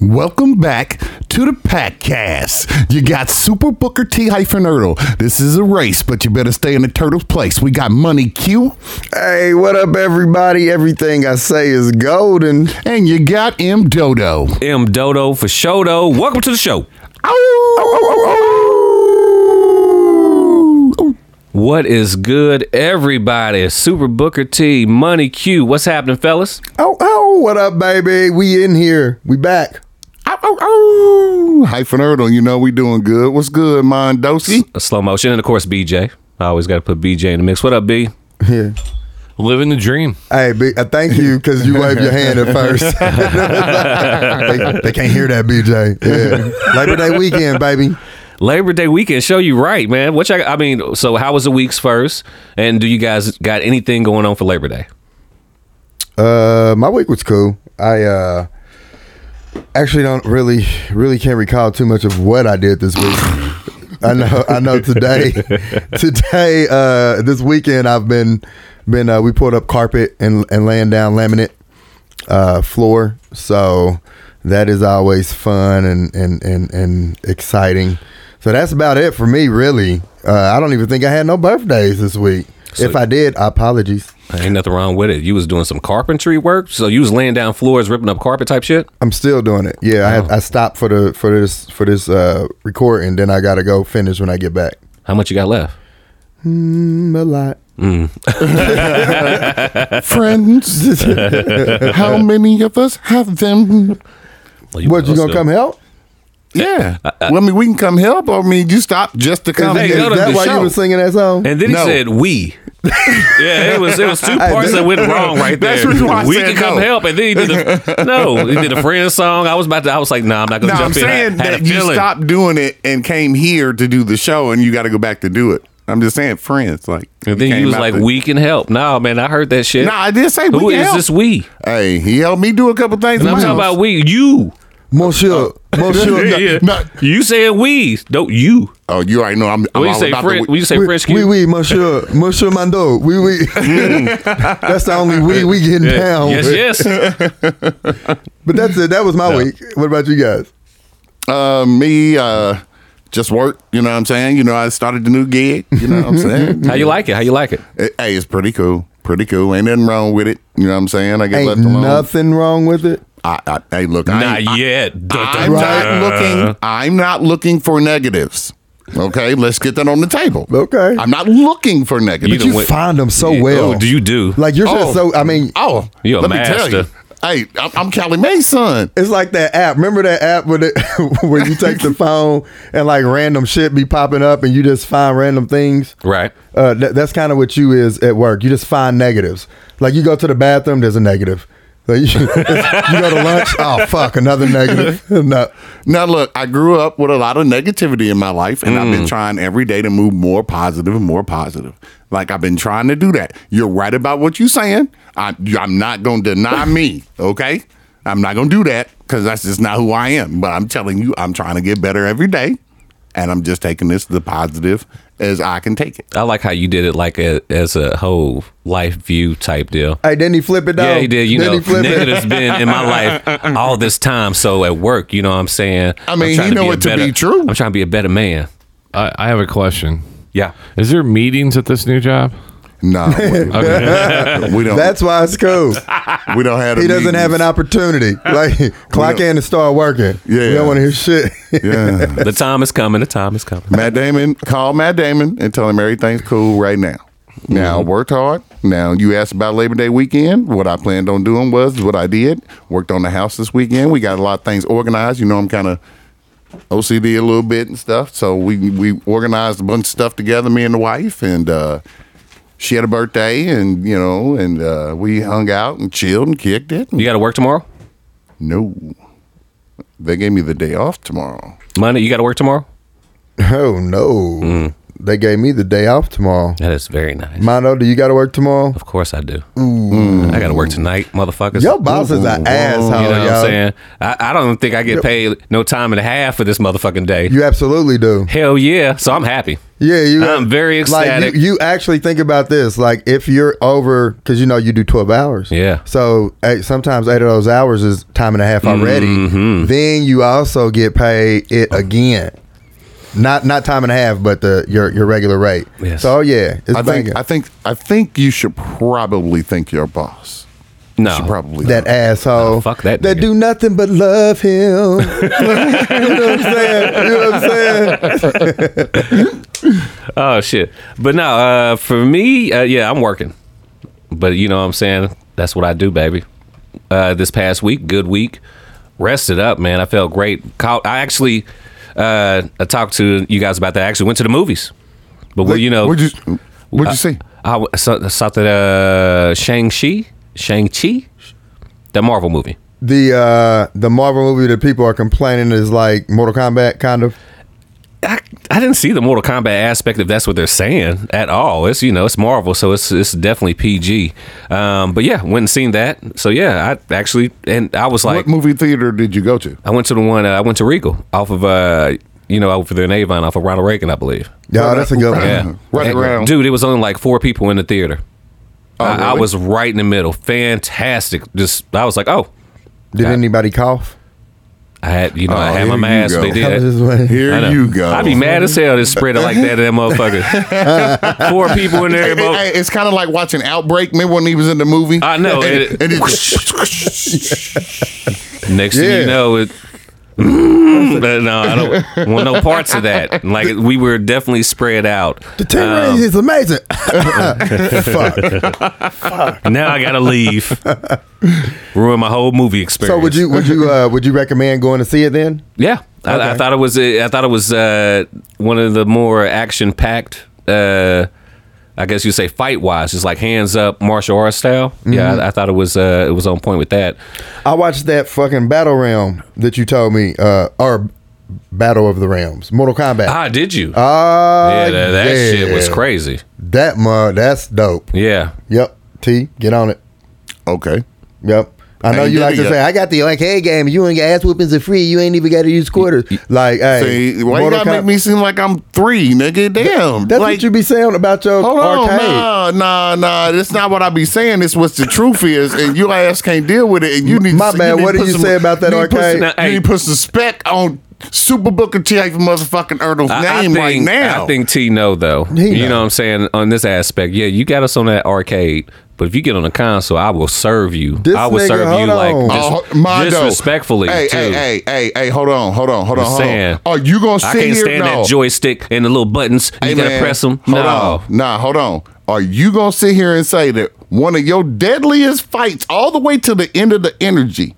welcome back to the Packcast. You got Super Booker T hyphen Ertle. This is a race, but you better stay in the turtle's place. We got Money Q, Hey, what up, everybody? Everything I say is golden. and you got M Dodo. M Dodo for show though. Welcome to the show. What is good, everybody? Super Booker T, Money Q. What's happening, fellas? Oh, oh, what up, baby? We in here. We back. Ow, ow, ow. Hyphen Ertle, you know we doing good. What's good, Mondosi? A slow motion, and of course BJ. I always got to put BJ in the mix. What up, B? Yeah. Living the dream. Hey, B, uh, thank you because you waved your hand at first. they, they can't hear that, BJ. Yeah. Labor Day weekend, baby. Labor Day weekend. Show you right, man. What y'all, I mean, so how was the weeks first? And do you guys got anything going on for Labor Day? Uh, my week was cool. I uh, actually don't really, really can't recall too much of what I did this week. I know, I know. Today, today, uh, this weekend, I've been, been. Uh, we pulled up carpet and and laying down laminate uh, floor, so that is always fun and and and and exciting. So that's about it for me, really. Uh, I don't even think I had no birthdays this week. if I did, apologies. Ain't nothing wrong with it. You was doing some carpentry work, so you was laying down floors, ripping up carpet type shit. I'm still doing it. Yeah, I, had, I stopped for the for this for this uh, recording. Then I gotta go finish when I get back. How much you got left? Mm, a lot. Friends, how many of us have them? Well, What you gonna come help? Yeah. well, I mean, we can come help. I mean, you stop just to come. Is, Hey, is go to that the why show. you were singing that song? And then he No. said, "We." yeah, it was it was two parts that went wrong right there. That's the reason why I we said can come no. help, and then he did a no. He did a friend song. I was about to. I was like, "Nah, I'm not gonna No, jump I'm in." I saying had a that you feeling. stopped doing it and came here to do the show, and you got to go back to do it. I'm just saying, friends, like. And then came you was out like, the- "We can help." No, man, I heard that shit. No, I did say Who we can is help. this we? Hey, he helped me do a couple things. And I'm in my talking house. about we. You. Monsieur, Monsieur, Oh. Yeah, yeah. no. You said we. Don't you? Oh, you already know. I'm. I'm When you all say about French, the. when you say we, French, oui, you- oui, Monsieur, Monsieur Mando, oui, oui. that's the only we we getting down. Mm. yes, with. yes. But that's it. That was my week. What about you guys? uh, me, uh, just work. You know what I'm saying? You know, I started the new gig. You know what I'm saying? How you like it? How you like it? It- hey, it's pretty cool. Pretty cool. Ain't nothing wrong with it. You know what I'm saying? I get Ain't left alone. nothing wrong with it. I, I, hey, look. I, Not ain't- I, yet. Dun, dun, I'm dun. not looking. I'm not looking for negatives. Okay, let's get that on the table. Okay. I'm not looking for You negatives. done You went- find them so well. Oh, do you do? Like you're just Oh. so. I mean, oh, You a let me tell you. master. Hey, I'm, I'm Callie May's son. It's like that app. Remember that app where, the, where you take the phone and like random shit be popping up and you just find random things? right. Uh, that, that's kind of what you is at work. You just find negatives. Like you go to the bathroom, there's a negative. Like you, you go to lunch, oh fuck, another negative. No. Now, look, I grew up with a lot of negativity in my life, and I've Mm. been trying every day to move more positive and more positive. Like, I've been trying to do that. You're right about what you're saying. I, I'm not going to deny me, okay? I'm not going to do that because that's just not who I am. But I'm telling you, I'm trying to get better every day, and I'm just taking this the positive as I can take it. I like how you did it, like a, as a whole life view type deal. Hey, didn't he flip it down? Yeah, he did. You didn't he know, flip it? negative's been in my life all this time. So at work, you know what I'm saying? I I'm mean, trying he know a it to better- be true. I'm trying to be a better man. I, I have a question. Yeah. Is there meetings at this new job? No, we don't. That's why it's cool. we don't have. He doesn't have an opportunity. Like clock in and start working. Yeah. you don't want to hear shit. Yeah. The time is coming. The time is coming. Matt Damon, call Matt Damon and tell him everything's cool right now. Now I worked hard. Now you asked about Labor Day weekend. What I planned on doing was what I did. Worked on the house this weekend. We got a lot of things organized. You know I'm kind of OCD a little bit and stuff. So we we organized a bunch of stuff together, me and the wife, and uh, she had a birthday, and you know, and uh, we hung out and chilled and kicked it. You got to work tomorrow? No, they gave me the day off tomorrow. Monday, you got to work tomorrow? Oh no. they gave me the day off tomorrow. That is very nice. Mono, do you got to work tomorrow? of course I do. Mm. I got to work tonight, motherfuckers. Your boss is an asshole, You know what yo. I'm saying? I, I don't think I get paid no time and a half for this motherfucking day. You absolutely do. Hell yeah. So I'm happy. Yeah, you. I'm very Like ecstatic. you, you actually think about this, like if you're over, because you know you do twelve hours. Yeah. So eh, sometimes eight of those hours is time and a half already. Mm-hmm. Then you also get paid it again. Not not time and a half, but the your your regular rate. Yes. So yeah, it's I think banging. I think I think you should probably thank your boss. No. You should probably that asshole. Oh, fuck that They nigga. do nothing but love him. you know what I'm saying? You know what I'm saying? Oh shit. But no, uh, for me, uh, yeah, I'm working. But you know what I'm saying? That's what I do, baby. Uh, this past week, good week. Rested up, man. I felt great. Caught, I actually uh, I talked to you guys about that. I actually went to the movies. But well, you know, uh, Where'd you What'd I- you see? I, w- saw, I saw that uh, Shang-Chi, Shang-Chi, that Marvel movie. The uh the Marvel movie that people are complaining is like Mortal Kombat kind of. I, I didn't see the Mortal Kombat aspect if that's what they're saying at all. It's you know it's Marvel, so it's it's definitely PG. Um, but yeah, went and seen that. So yeah, I actually and I was like, what movie theater did you go to? I went to the one uh, I went to Regal off of uh you know over there in Avon off of Ronald Reagan, I believe. Yeah, that's a good one. Yeah, Mm-hmm. Right And- around- Oh, dude. It was only like four people in the theater. I, I really? was right in the middle. Fantastic. Just I was like, oh, Did anybody cough? I had you know I Oh, had my here you mask. go. They did. I was just wondering. Here I know. you go. I'd be mad as hell to spread it like that to that motherfucker. Four people in Hey, there. both- hey, it's kind of like watching Outbreak. Remember when he was in the movie? I know, And, it- and it- Next thing Yeah. you Mm. know, it. But no, I don't want no parts of that. Like we were definitely spread out. The team Um, is amazing. Fuck. Uh, now I gotta leave. Ruin my whole movie experience. So would you would you uh, would you recommend going to see it then? Yeah, I, I Okay. thought it was. uh, I thought it was uh, one of the more action-packed. Uh, I guess you say fight-wise, just like hands up martial arts style. Yeah, Mm-hmm. I, I thought it was. Uh, it was on point with that. I watched that fucking Battle Realm that you told me, uh, or Battle of the Realms, Mortal Kombat. Ah, did you? Ah, Uh, yeah, that, that shit was yeah. crazy. That mug, that's dope. Yeah, Yep. T, get on it. okay. Yep. I know Ain't you did like it to yet. say, I got the like, hey game, you ain't got ass whoopings are free. You ain't even got to use quarters. Like, hey, See, why you Mortal gotta Kom- make me seem like I'm three, nigga? Damn. That's like, what you be saying about your Hold on, arcade. nah, nah, nah. That's not what I be saying. It's what the truth is, and your ass can't deal with it. And you need. My to, man, you need what to did put you some- say about that you need to put arcade? some- Now, hey. you need to put some spec on Super Booker T. Like motherfucking Ertl's I- I name think, right now. I think T know though. you know. know. what I'm saying on this aspect. Yeah, you got us on that arcade, but if you get on a console, I will serve you. This I will nigga, serve you hold on. like dis- Oh, Mondo. disrespectfully Hey, too. hey, hey, hey, hey, hold on, hold on, hold on, Just hold saying. on. Are you gonna sit I can't here? stand no. that joystick and the little buttons. You Hey, gotta man, press them. Hold no, on. Nah, hold on. Are you gonna sit here and say that one of your deadliest fights, all the way to the end of the energy,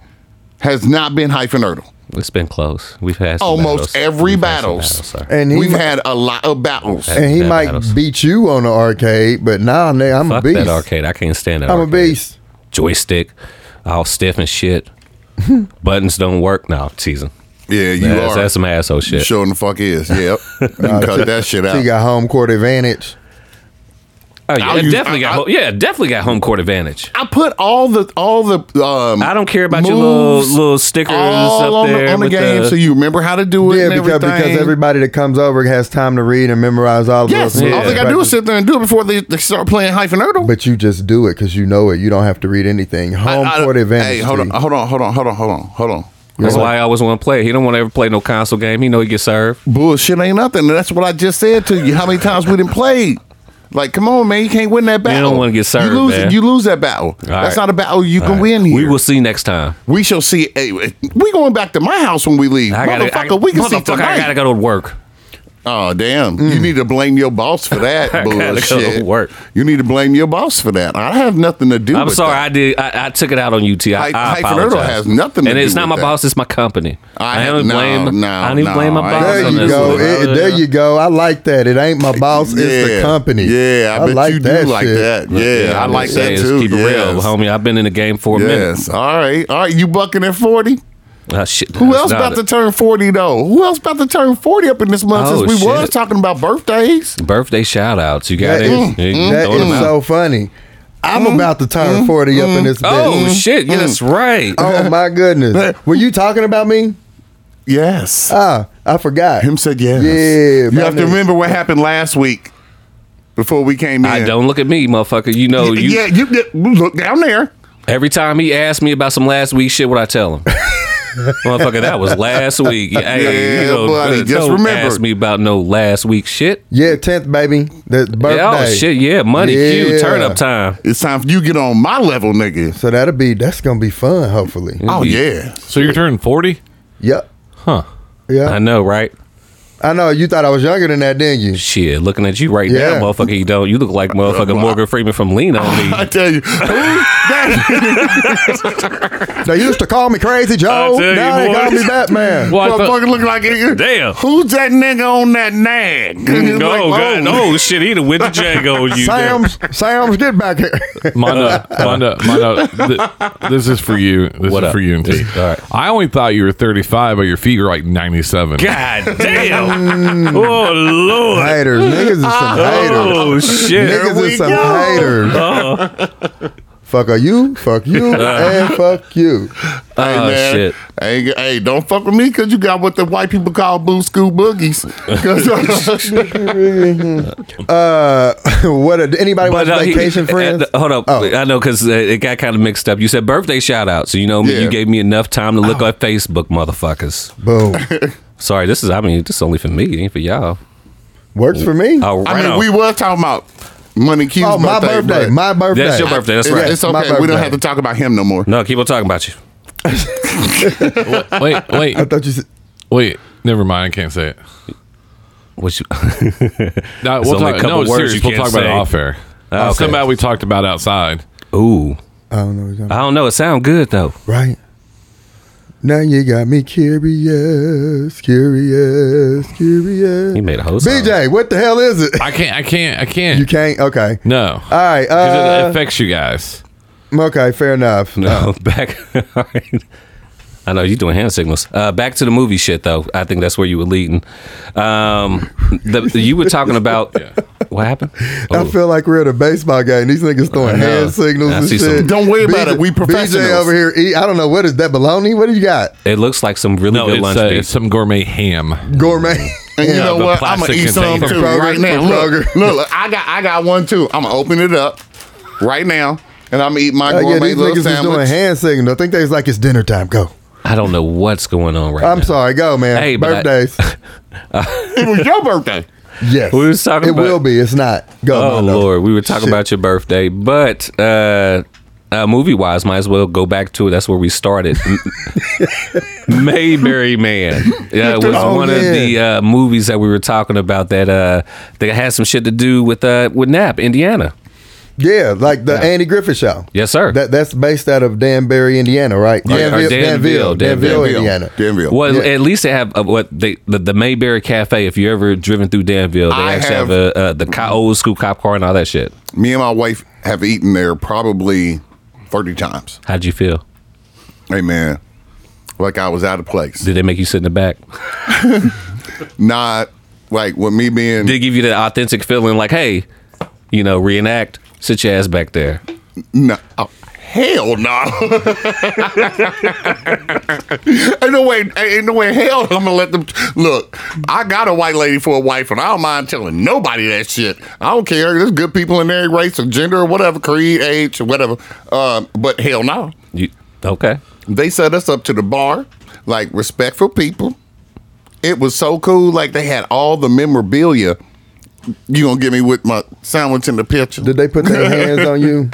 has not been hyphen Ertl? it's been close. We've had some Almost battles. every We've had some battles. battles, sir. And he We've mi- had a lot of battles. and he that might battles. beat you on the arcade, but now nah, nigga, I'm Fuck a beast. that arcade. I can't stand that. I'm a arcade. beast. Joystick, all stiff and shit. Buttons don't work. No, I'm teasing. Yeah, you That's, are. that's some asshole You shit. sure the fuck is. Yep. You can cut that shit He out. got home court advantage. Oh, yeah, I'll use- definitely I- got. I- ho- yeah, definitely got home court advantage. I put all the all the um I don't care about your little moves little stickers all up on there the, on the with game so you remember how to do it Yeah, and because, everything. because everybody that comes over has time to read and memorize all the Yes, little all Yeah. they gotta do is sit there and do it before they, they start playing hyphen Ertl. But you just do it because you know it. You don't have to read anything. Home I- I- court advantage. Hey, hold on, T. hold on, hold on, hold on, hold on, hold on. that's why I always want to play. He don't want to ever play no console game. He know he gets served. Bullshit ain't nothing. and That's what I just said to you. How many times we didn't play? Like, come on, man, you can't win that battle. wanna get served, You lose, man. you lose that battle. That's right. not a battle you can All right. win here. We will see next time. We shall see. Hey, we going back to my house when we leave, I gotta, motherfucker. I, we can see motherfucker, I gotta tonight. go to work. Oh damn! You need to blame your boss for that gotta go to bullshit. work. You need to blame your boss for that. I have nothing to do. I'm with sorry, that. I did. I, I took it out on UT. I, Hy- I hyphen Ertl apologize. has nothing to and do it's not with my that. boss. It's my company. I I, have- don't no, blame. no, I don't even no, blame my I- boss. There on you this go. one. It- there you go. I like that. It ain't my boss. It's the company. Yeah, I, bet you do like shit. that. Yeah, I I'm like just that saying, just too. Keep it yes. real, homie. I've been in the game for a minute. Yes. All right. All right. You bucking at forty? Uh, shit, Who that's else not about to it. turn 40 though? Who else about to turn 40 up in this month Oh, since we was shit. talking about birthdays? birthday shout outs? You got That it? is- You That throwing them is out. so funny. I'm Mm-hmm. about to turn 40 up in this Oh bitch. shit! Yeah, that's right. Mm-hmm. Oh my goodness. Were you talking about me? Yes. Ah, I forgot. Him said yes. Yeah, You my have to nigga. remember what happened last week before we came in. I don't look at me, motherfucker. You know you. yeah, you did- look down there. Every time he asked me about some last week shit, what I tell him? Motherfucker, that was last week. Hey, Yeah, you know, buddy, just don't remember. ask me about no last week shit. Yeah, 10th, baby. The birthday. Yeah, oh shit, yeah, money, Yeah. cue, turn up time. It's time for you to get on my level, nigga. So that'll be, that's going to be fun, hopefully. Oh yeah. So you're turning 40? Yep. Huh. I Yeah. know, right? I know. You thought I was younger than that, didn't you? Shit, looking at you right Yeah. now, motherfucker, you don't. You look like motherfucker Morgan Freeman from Lean on I Me. tell you, who that They used to call me Crazy Joe. I tell you, Now they boy. call me Batman. Well, I thought- motherfucker look like it. Damn. Who's that nigga on that nag? Like, oh, God. whoa. oh shit, he'd have went to Django. You there. Sam's, Sam's, get back here. Mondo, Mondo, Mondo, uh, th- this is for you. This is What up? for you and T. all right. I only thought you were 35, but your feet are like 97. God damn. oh lord. haters. Niggas is some haters. Oh shit. Niggas we is some go. haters. Uh-huh. Fuck are you? Fuck you. and fuck you. Hey, Oh, man. shit. Hey, hey, don't fuck with me because you got what the white people call boo school boogies. 'Cause- Uh, what? A, anybody But watch uh, he- Vacation uh, Friends? uh, hold up, Oh. I know because uh, it got kind of mixed up. You said birthday shout out, so you know me. Yeah. Oh. You gave me enough time to look at Facebook, motherfuckers. Boom. Sorry, this is. I mean, this is only for me, it ain't for y'all. Works for me. Oh, I right mean, on. we were talking about Money Q's Oh, my birthday. birthday. but My birthday. That's your birthday. That's it's, right. it's My okay. We don't birthday. have to talk about him no more. no, keep on talking about you. Wait, wait, I thought you said. wait. Never mind. I can't say it. What you? No, There's we'll only a talk, couple no, it's words serious. you We'll can't talk about it say. off air. Ah, Uh, okay. Somebody we talked about outside. Ooh, I don't know. what you're talking I don't know. It sound good though. Right. Now you got me curious, curious, curious. He made a whole song. BJ, what the hell is it? I can't. I can't. I can't. You can't. Okay. no. All right. 'Cause it- it Uh, affects you guys. okay. Fair enough. Oh. No, back. all right. I know you're doing hand signals. Uh, back to the movie shit, though. I think that's where you were leading. Um, the, you were talking about what happened. I Oh. feel like we're at a baseball game. These niggas throwing know. hand signals I and see shit. some- Don't worry about it. We BJ professionals. over here. Eat, I don't know what is that bologna. What do you got? It looks like some really No, good it's, lunch uh, meat. it's some gourmet ham. Gourmet. And you know the what? I'm gonna plastic eat some container. too Kroger, right now. from Look, Kroger. look, look, I got I got one too. I'm gonna open it up right now, and I'm gonna eat my Uh, yeah, gourmet these little niggas is doing sandwich. hand signals. I think they was like it's dinner time. Go. I don't know what's going on right I'm now. sorry. Go, man. Hey, but I- Birthdays. It was your birthday. yes. We was talking It about- will be. It's not. Go. Oh Mondo. Lord, we were talking Shit. about your birthday, but uh, uh, movie wise, might as well go back to it. That's where we started. Mayberry Man yeah, was Oh, one yeah. of the uh, movies that we were talking about that uh, that had some shit to do with uh, with Nap, Indiana. Yeah, like the Andy Griffith Show. Yes, sir. That that's based out of Danbury, Indiana, right? Or- or Danville, Danville, Danville, Danville. Indiana. Danville. Well, Yeah. at least they have uh, what they the, the Mayberry Cafe. If you ever driven through Danville, they I actually have- have, a, uh, the co- old school cop car and all that shit. Me and my wife have eaten there probably thirty times. How'd you feel? Hey man, like I was out of place. Did they make you sit in the back? Not like with me being Did it give you that authentic feeling like, hey, you know, reenact, sit your ass back there? No. Oh, hell no. ain't no way, ain't no way in hell I'm gonna let them look. I got a white lady for a wife, and I don't mind telling nobody that shit. I don't care. There's good people in every race or gender or whatever, creed, age, or whatever. Uh, but hell no. You, okay. They set us up to the bar, like respectful people. It was so cool, like they had all the memorabilia. You gonna get me with my sandwich in the picture? Did they put their hands on you?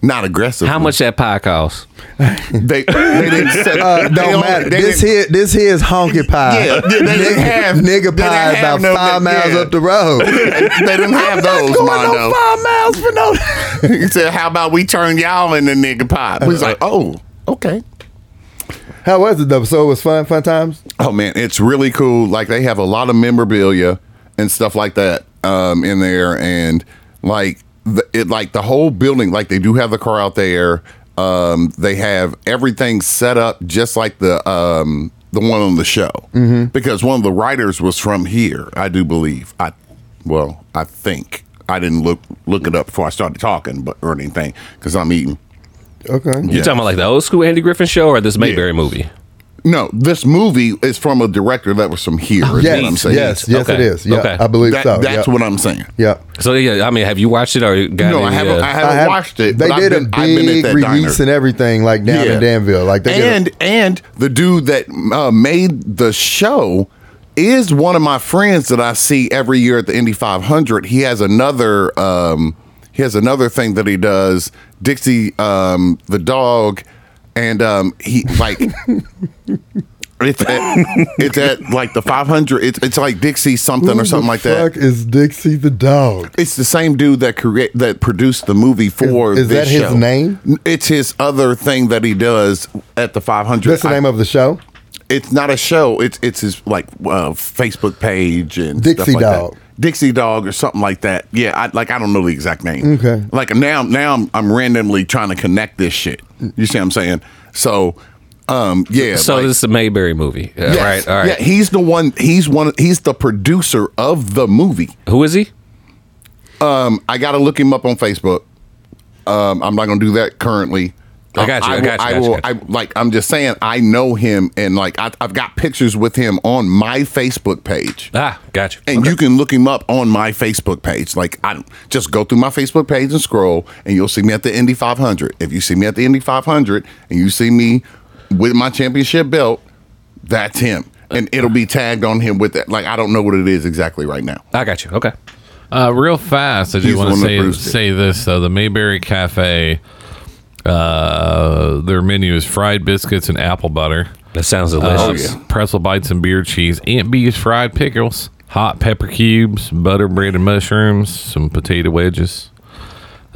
Not aggressive. How much that pie cost? They, they didn't set Uh, they don't only- matter. they This didn't- here, this here is honky pie. Yeah, they didn't nigga, have- they nigga didn't pie is have about no- five miles yeah. up the road. they didn't have those, Mondo. five miles for no. He said, "How about we turn y'all into nigga pie?" Uh, We was like, "Oh, okay." How was it though? So it was fun, fun times. Oh man, it's really cool. Like they have a lot of memorabilia and stuff like that um, in there, and like the, it, like the whole building. Like they do have the car out there. Um, they have everything set up just like the um, the one on the show Mm-hmm. because one of the writers was from here, I do believe. I well, I think I didn't look look it up before I started talking, but or anything because I'm eating. Okay. You talking about like the old school Andy Griffin show or this Mayberry movie? No, this movie is from a director that was from here. is Yes, what I'm saying. yes, yes, it Okay. is. Yeah, Okay. I believe That- so. that's yeah. what I'm saying. yeah. So yeah, I mean, have you watched it or you got No, any, I haven't. uh, I haven't I have- watched it. They but did I've been, a I've been at big that diner. release and everything, like down Yeah. in Danville. Like they did a- and and the dude that uh, made the show is one of my friends that I see every year at the Indy 500. He has another um, he has another thing that he does. Dixie um, the dog, and um, he like. It's at, it's at like the 500. It's, it's like Dixie something Who or something the like that. Fuck is Dixie the dog? It's the same dude that create that produced the movie for Is- is this that his show. name? N- It's his other thing that he does at the 500. That's the I- name of the show. It's not a show. It's it's his like uh, Facebook page and Dixie stuff like that. Dog. Dixie Dog or something like that. Yeah, I like I don't know the exact name. Okay. Like now now I'm, I'm randomly trying to connect this shit. You see what I'm saying? So um yeah. so like- this is a Mayberry movie, Yeah, Yes. right? All right. Yeah, he's the one. He's one. He's the producer of the movie. Who is he? Um, I gotta look him up on Facebook. Um, I'm not gonna do that currently. I got you, I will- got you, I got you, will. got I like. I'm just saying. I know him, and like I, I've got pictures with him on my Facebook page, Ah, got you. and you can look him up on my Facebook page. Like I just go through my Facebook page and scroll, and you'll see me at the Indy 500. If you see me at the Indy 500, and you see me with my championship belt, that's him, and it'll be tagged on him with that. Like I don't know what it is exactly right now. I got you. Okay. Uh, real fast, I He's do want the one to that say produced it. say this though. The Mayberry Cafe, uh, their menu is fried biscuits and apple butter, That sounds delicious. Oh, yeah. pretzel bites and beer cheese, Aunt B's fried pickles, hot pepper cubes, butter bread and mushrooms, some potato wedges.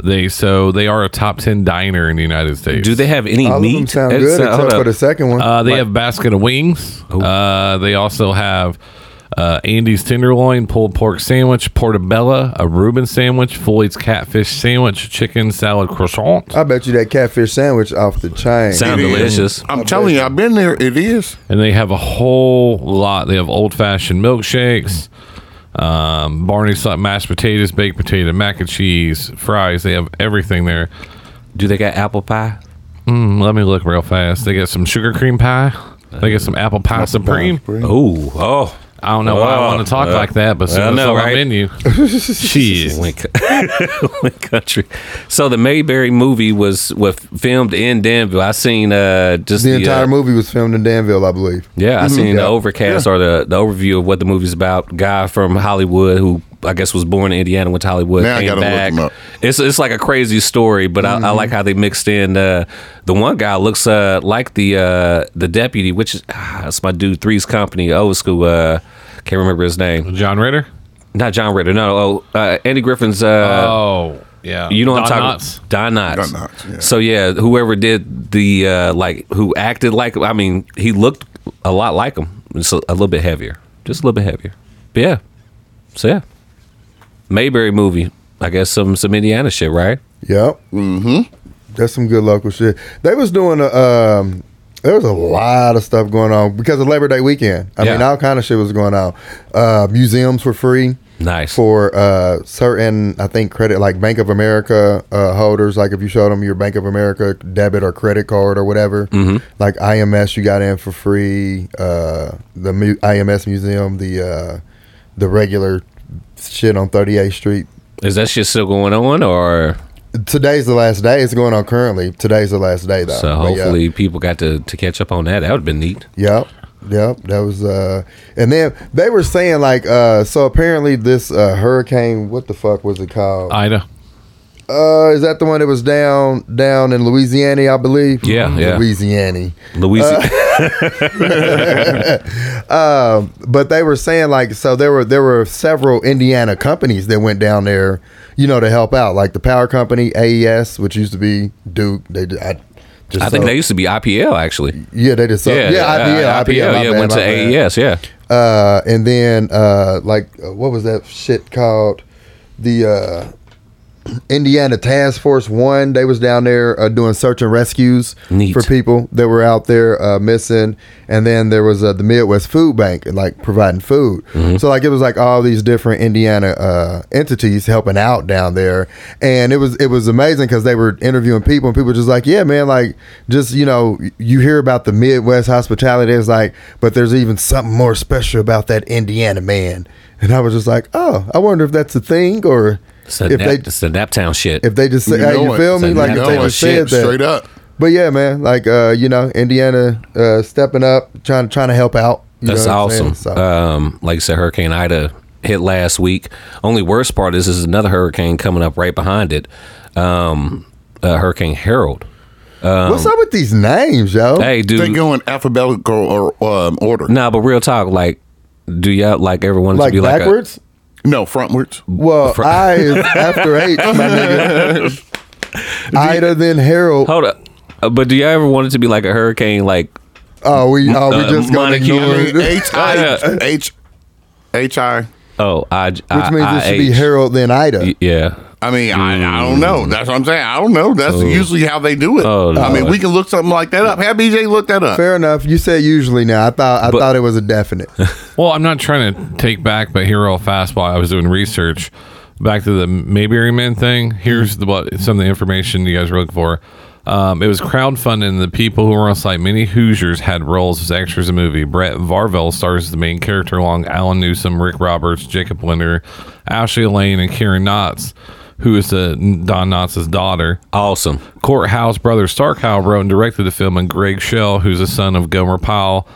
They so they are a top ten diner in the United States. Do they have any All meat? of them sound It's, good uh, hold except for up. the second one. Uh, they have basket of wings. Uh, they also have uh, Andy's tenderloin, pulled pork sandwich, portabella, a Reuben sandwich, Floyd's catfish sandwich, chicken salad croissant, I bet you that catfish sandwich off the chain. Sound It is. delicious. I'm telling you, I've been there. It is. and they have a whole lot. They have old fashioned milkshakes, um, Barney slot mashed potatoes, baked potato, mac and cheese, fries. They have everything there. Do they got apple pie? Mm, let me look real fast. They got some sugar cream pie. They got some apple pie supreme. Ooh, oh, I don't know why I Oh, want to talk uh, like that, but I so that's know, on my right? menu. Jeez. Wayne Co- Wayne Country. So the Mayberry movie was was filmed in Danville. I seen uh just the the, entire uh, movie was filmed in Danville, I believe. Yeah, I seen the Yeah. overcast or the, the overview of what the movie's about. Guy from Hollywood who I guess was born in Indiana, went to Hollywood, Now I came gotta look back. him up. It's it's like a crazy story, but I, I like how they mixed in uh, the one guy looks uh, like the uh, the deputy, which is ah, that's my dude Three's Company, old school. Uh, can't remember his name. John Ritter? Not John Ritter. No, oh, uh, Andy Griffin's. Uh, oh, yeah. you know what I'm Don talking Knotts. about? Don Knotts. Don Knotts, yeah. So yeah, whoever did the uh, like who acted like I mean, he looked a lot like him. Just a, a little bit heavier. Just a little bit heavier. But yeah. So yeah. Mayberry movie. I guess some some Indiana shit, right? Yep. Mm-hmm. That's some good local shit. They was doing a. Um, there was a lot of stuff going on because of Labor Day weekend. I mean, Yeah. all kind of shit was going on. Uh, museums were free. Nice. for uh, certain, I think, credit like Bank of America uh, holders. Like if you showed them your Bank of America debit or credit card or whatever, Mm-hmm. like IMS, you got in for free. Uh, the mu- IMS Museum, the uh, the regular shit on 38th Street. Is that shit still going on or Today's the last day. It's going on currently. Today's the last day though. so But yeah. hopefully people got to, to catch up on that. That would have been neat. Yep. Yep. That was uh and then they were saying like uh so apparently this uh hurricane what the fuck was it called? Ida. Uh, is that the one that was down down in Louisiana, I believe? Yeah, yeah. Louisiana. Louisiana Uh, Um, but they were saying like so there were there were several Indiana companies that went down there, you know, to help out, like the power company AES, which used to be Duke. They d- I just I think saw- they used to be IPL actually. yeah they just saw- Uh, yeah IPL, uh, IPL, my yeah, bad, went to my bad. AES, yeah. Uh, and then uh, like uh, what was that shit called? The uh, Indiana Task Force One. They was down there uh, doing search and rescues Neat. for people that were out there uh, missing, and then there was uh, the Midwest Food Bank, like providing food. Mm-hmm. So like it was like all these different Indiana uh, entities helping out down there, and it was it was amazing because they were interviewing people, and people were just like, yeah, man, like just you know you hear about the Midwest hospitality, it's like, but there's even something more special about that Indiana man. And I was just like, oh, I wonder if that's a thing or It's a, if nap, they it's a Naptown shit. if they just say, You hey, know you it. feel me? It's a Like if they know just it. said that. straight up. But yeah, man, like uh, you know, Indiana uh, stepping up, trying trying to help out. You That's know what I'm awesome. saying? So, Um, like I said, Hurricane Ida hit last week. Only worst part is there's another hurricane coming up right behind it. Um, uh, hurricane Harold. what's up with these names, yo? Um, Hey, dude. They go in alphabetical or um, order. Nah, but real talk, like, do y'all like everyone like to be like backwards? No, frontwards. well, fr- I is after H, my nigga. Ida then Harold. a hold up? Uh, but do y'all ever want it to be like a hurricane? Like, Oh, we oh, we uh, just gonna Montague. ignore it. Which H I H H I. oh, I, which means it should be Harold then Ida. Yeah, I mean, I, I don't know. That's what I'm saying. I don't know. That's usually how they do it. Oh, I mean, Lord. we can look something like that up. Have BJ look that up. Fair enough. You said usually now. I thought I But- thought it was a definite. Well, I'm not trying to take back, but here real fast while I was doing research, back to the Mayberry Men thing. Here's the what some of the information you guys were looking for. Um, it was crowdfunding. The people who were on site, many Hoosiers, had roles as extras in the movie. Brett Varvell stars as the main character, along Alan Newsom, Rick Roberts, Jacob Linder, Ashley Lane, and Karen Knotts, who is the Don Knotts' daughter. awesome. Courthouse Brothers Starkow wrote and directed the film, and Greg Shell, who's the son of Gomer Powell,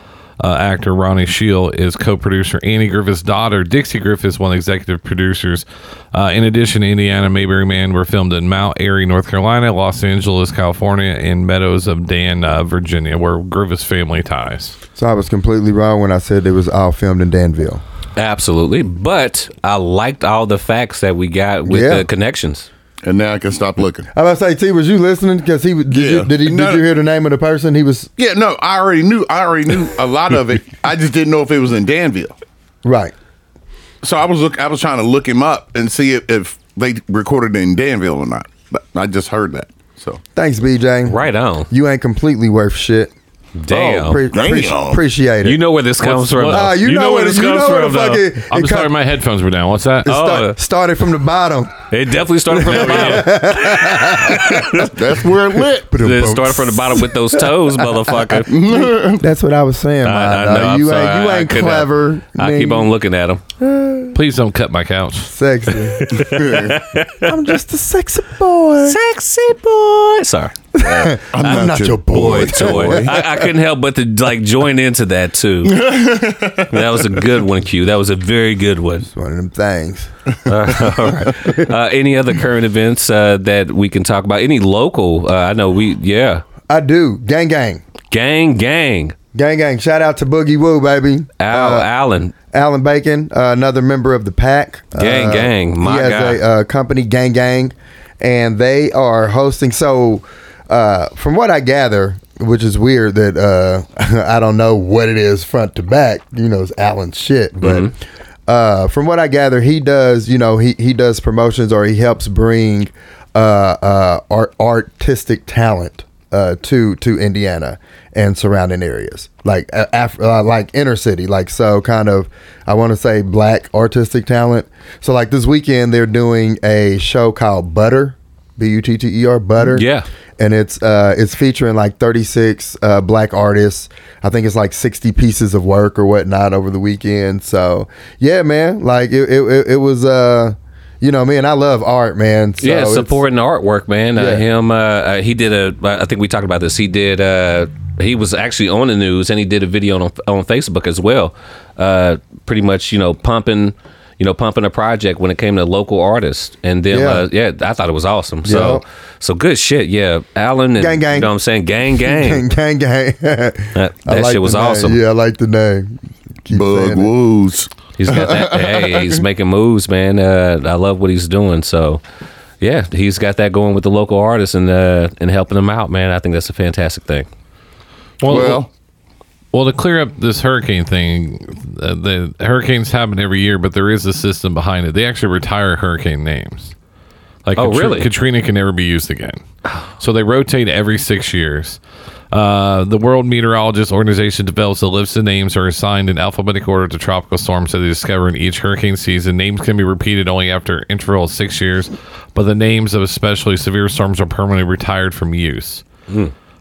uh, actor Ronnie Shield, is co-producer. Annie Griffith's daughter, Dixie Griffith, is one of the executive producers. Uh, in addition, Indiana Mayberry Man were filmed in Mount Airy, North Carolina, Los Angeles, California, and Meadows of Dan, uh, Virginia, where Griffith's family ties. So I was completely wrong when I said it was all filmed in Danville. Absolutely, but I liked all the facts that we got with Yeah. the connections. And now I can stop looking. I was about to say, T, was you listening? Because he was- did, Yeah. you, did he No. did you hear the name of the person he was Yeah, no, I already knew. I already knew a lot of it. I just didn't know if it was in Danville. right? So I was look. I was trying to look him up and see if, if they recorded it in Danville or not. But I just heard that. So Thanks, BJ. Right on. You ain't completely worth shit. Damn. pre- Damn. pre- appreciate it. you know where this comes from. Ah, though. you, know, where it this you know where the fucking I'm it sorry, come- my headphones were down. What's that? it Oh, start- started from the bottom. It definitely started from the bottom. that's where it lit. It started from the bottom with those toes, motherfucker. That's what I was saying. I- I Mondo. know, I'm you sorry. ain't you I ain't couldn't- clever. I keep nigga. on looking at them. please don't cut my couch. sexy. I'm just a sexy boy. Sexy boy. Sorry. I'm, not, your Boy toy. I, I couldn't help but to like join into that too. that was a good one, Q. That was a very good one. One of them things. All right. Uh, any other current events uh, that we can talk about? Any local? Uh, I know we. Yeah. I do. Gang, gang, Gang, gang. gang, gang. Shout out to Boogie Woo, baby. Al, Uh, Allen. Alan Bacon, uh, another member of the pack. Gang, Uh, gang. My he has guy. a uh, company, Gang Gang, and they are hosting. So, uh, from what I gather, which is weird that uh, I don't know what it is front to back. You know, it's Alan's shit, but. Mm-hmm. Uh, from what I gather, he does, you know, he, he does promotions or he helps bring uh, uh, art, artistic talent uh, to to Indiana and surrounding areas, like uh, Af- uh, like inner city, like so kind of I want to say black artistic talent. So like this weekend they're doing a show called Butter, B U T T E R Butter. Yeah. and it's uh it's featuring like 36 uh, black artists. I think it's like 60 pieces of work or whatnot over the weekend. So yeah, man, like it it, it, it was uh. You know, man, I love art, man. So yeah, it's- supporting the artwork, man. Uh, Yeah. him, uh, uh, he did a. I think we talked about this. He did. Uh, he was actually on the news, and he did a video on on Facebook as well. Uh, pretty much, you know, pumping, you know, pumping a project when it came to local artists, and then yeah, Yeah. uh, yeah I thought it was awesome. So, Yeah. so good shit. Yeah, Alan, and, Gang, gang. You know what I'm saying? Gang, gang. Gang, gang, gang. That, that shit was awesome. Yeah, I like the name. Keep Bug saying it. woos. He's got that. hey, he's making moves, man. Uh, I love what he's doing. So, yeah, he's got that going with the local artists and uh, and helping them out, man. I think that's a fantastic thing. Well, Well, to clear up this hurricane thing, uh, the hurricanes happen every year, but there is a system behind it. They actually retire hurricane names. Like, Oh, Katri- really? Katrina can never be used again. So they rotate every six years. Uh, the World Meteorologist Organization develops a list of names that are assigned in alphabetic order to tropical storms that they discover in each hurricane season. Names can be repeated only after an interval of six years, but the names of especially severe storms are permanently retired from use.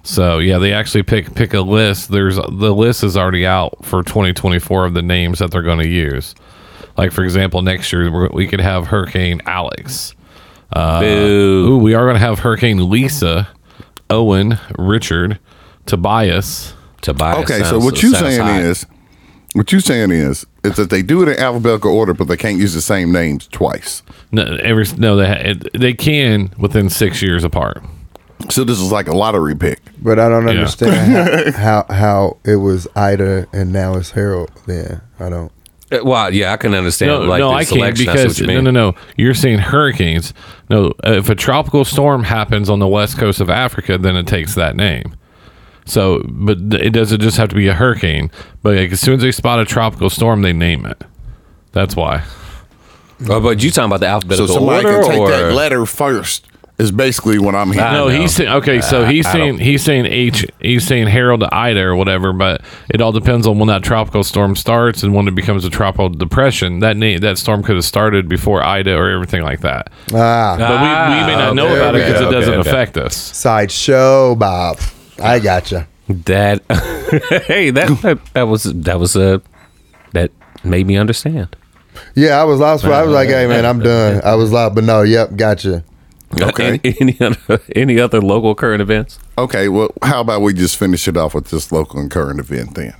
So yeah, they actually pick pick a list. There's the list is already out for 2024 of the names that they're going to use. Like for example, next year we're- we could have Hurricane Alex. Uh, Boo. Ooh, we are going to have Hurricane Lisa, Owen, Richard, Tobias. Tobias. Okay, so sounds- what you sounds saying hot. is, what you saying is, is that they do it in alphabetical order, but they can't use the same names twice. No, every no, they ha- they can within six years apart. So this is like a lottery pick. But I don't understand how, how how it was Ida and now it's Harold. Then I don't. Uh, Well, yeah, I can understand. No, like no, the I can't selection, that's what because you no, mean. no, no. You're saying hurricanes. No, uh, if a tropical storm happens on the west coast of Africa, then it takes that name. So, but th- it doesn't just have to be a hurricane. But like, as soon as they spot a tropical storm, they name it. That's why. Oh, but you talking about the So alphabetical somebody order, can take or that letter first. Is basically what I'm hearing. I no, know. he's saying okay. So he's saying he's saying H. He's saying Harold to Ida or whatever. But it all depends on when that tropical storm starts and when it becomes a tropical depression. That name that storm could have started before Ida or everything like that. Ah, But we, we may not Ah, know okay, about it because okay, it doesn't okay, okay. affect us. sideshow Bob. I gotcha. that? hey, that, that that was that was a that made me understand. Yeah, I was lost. For, I was like, hey man, I'm done. I was loud, but no, yep, gotcha. Okay. Any, any other any other local current events? Okay, well, how about we just finish it off with this local and current event then?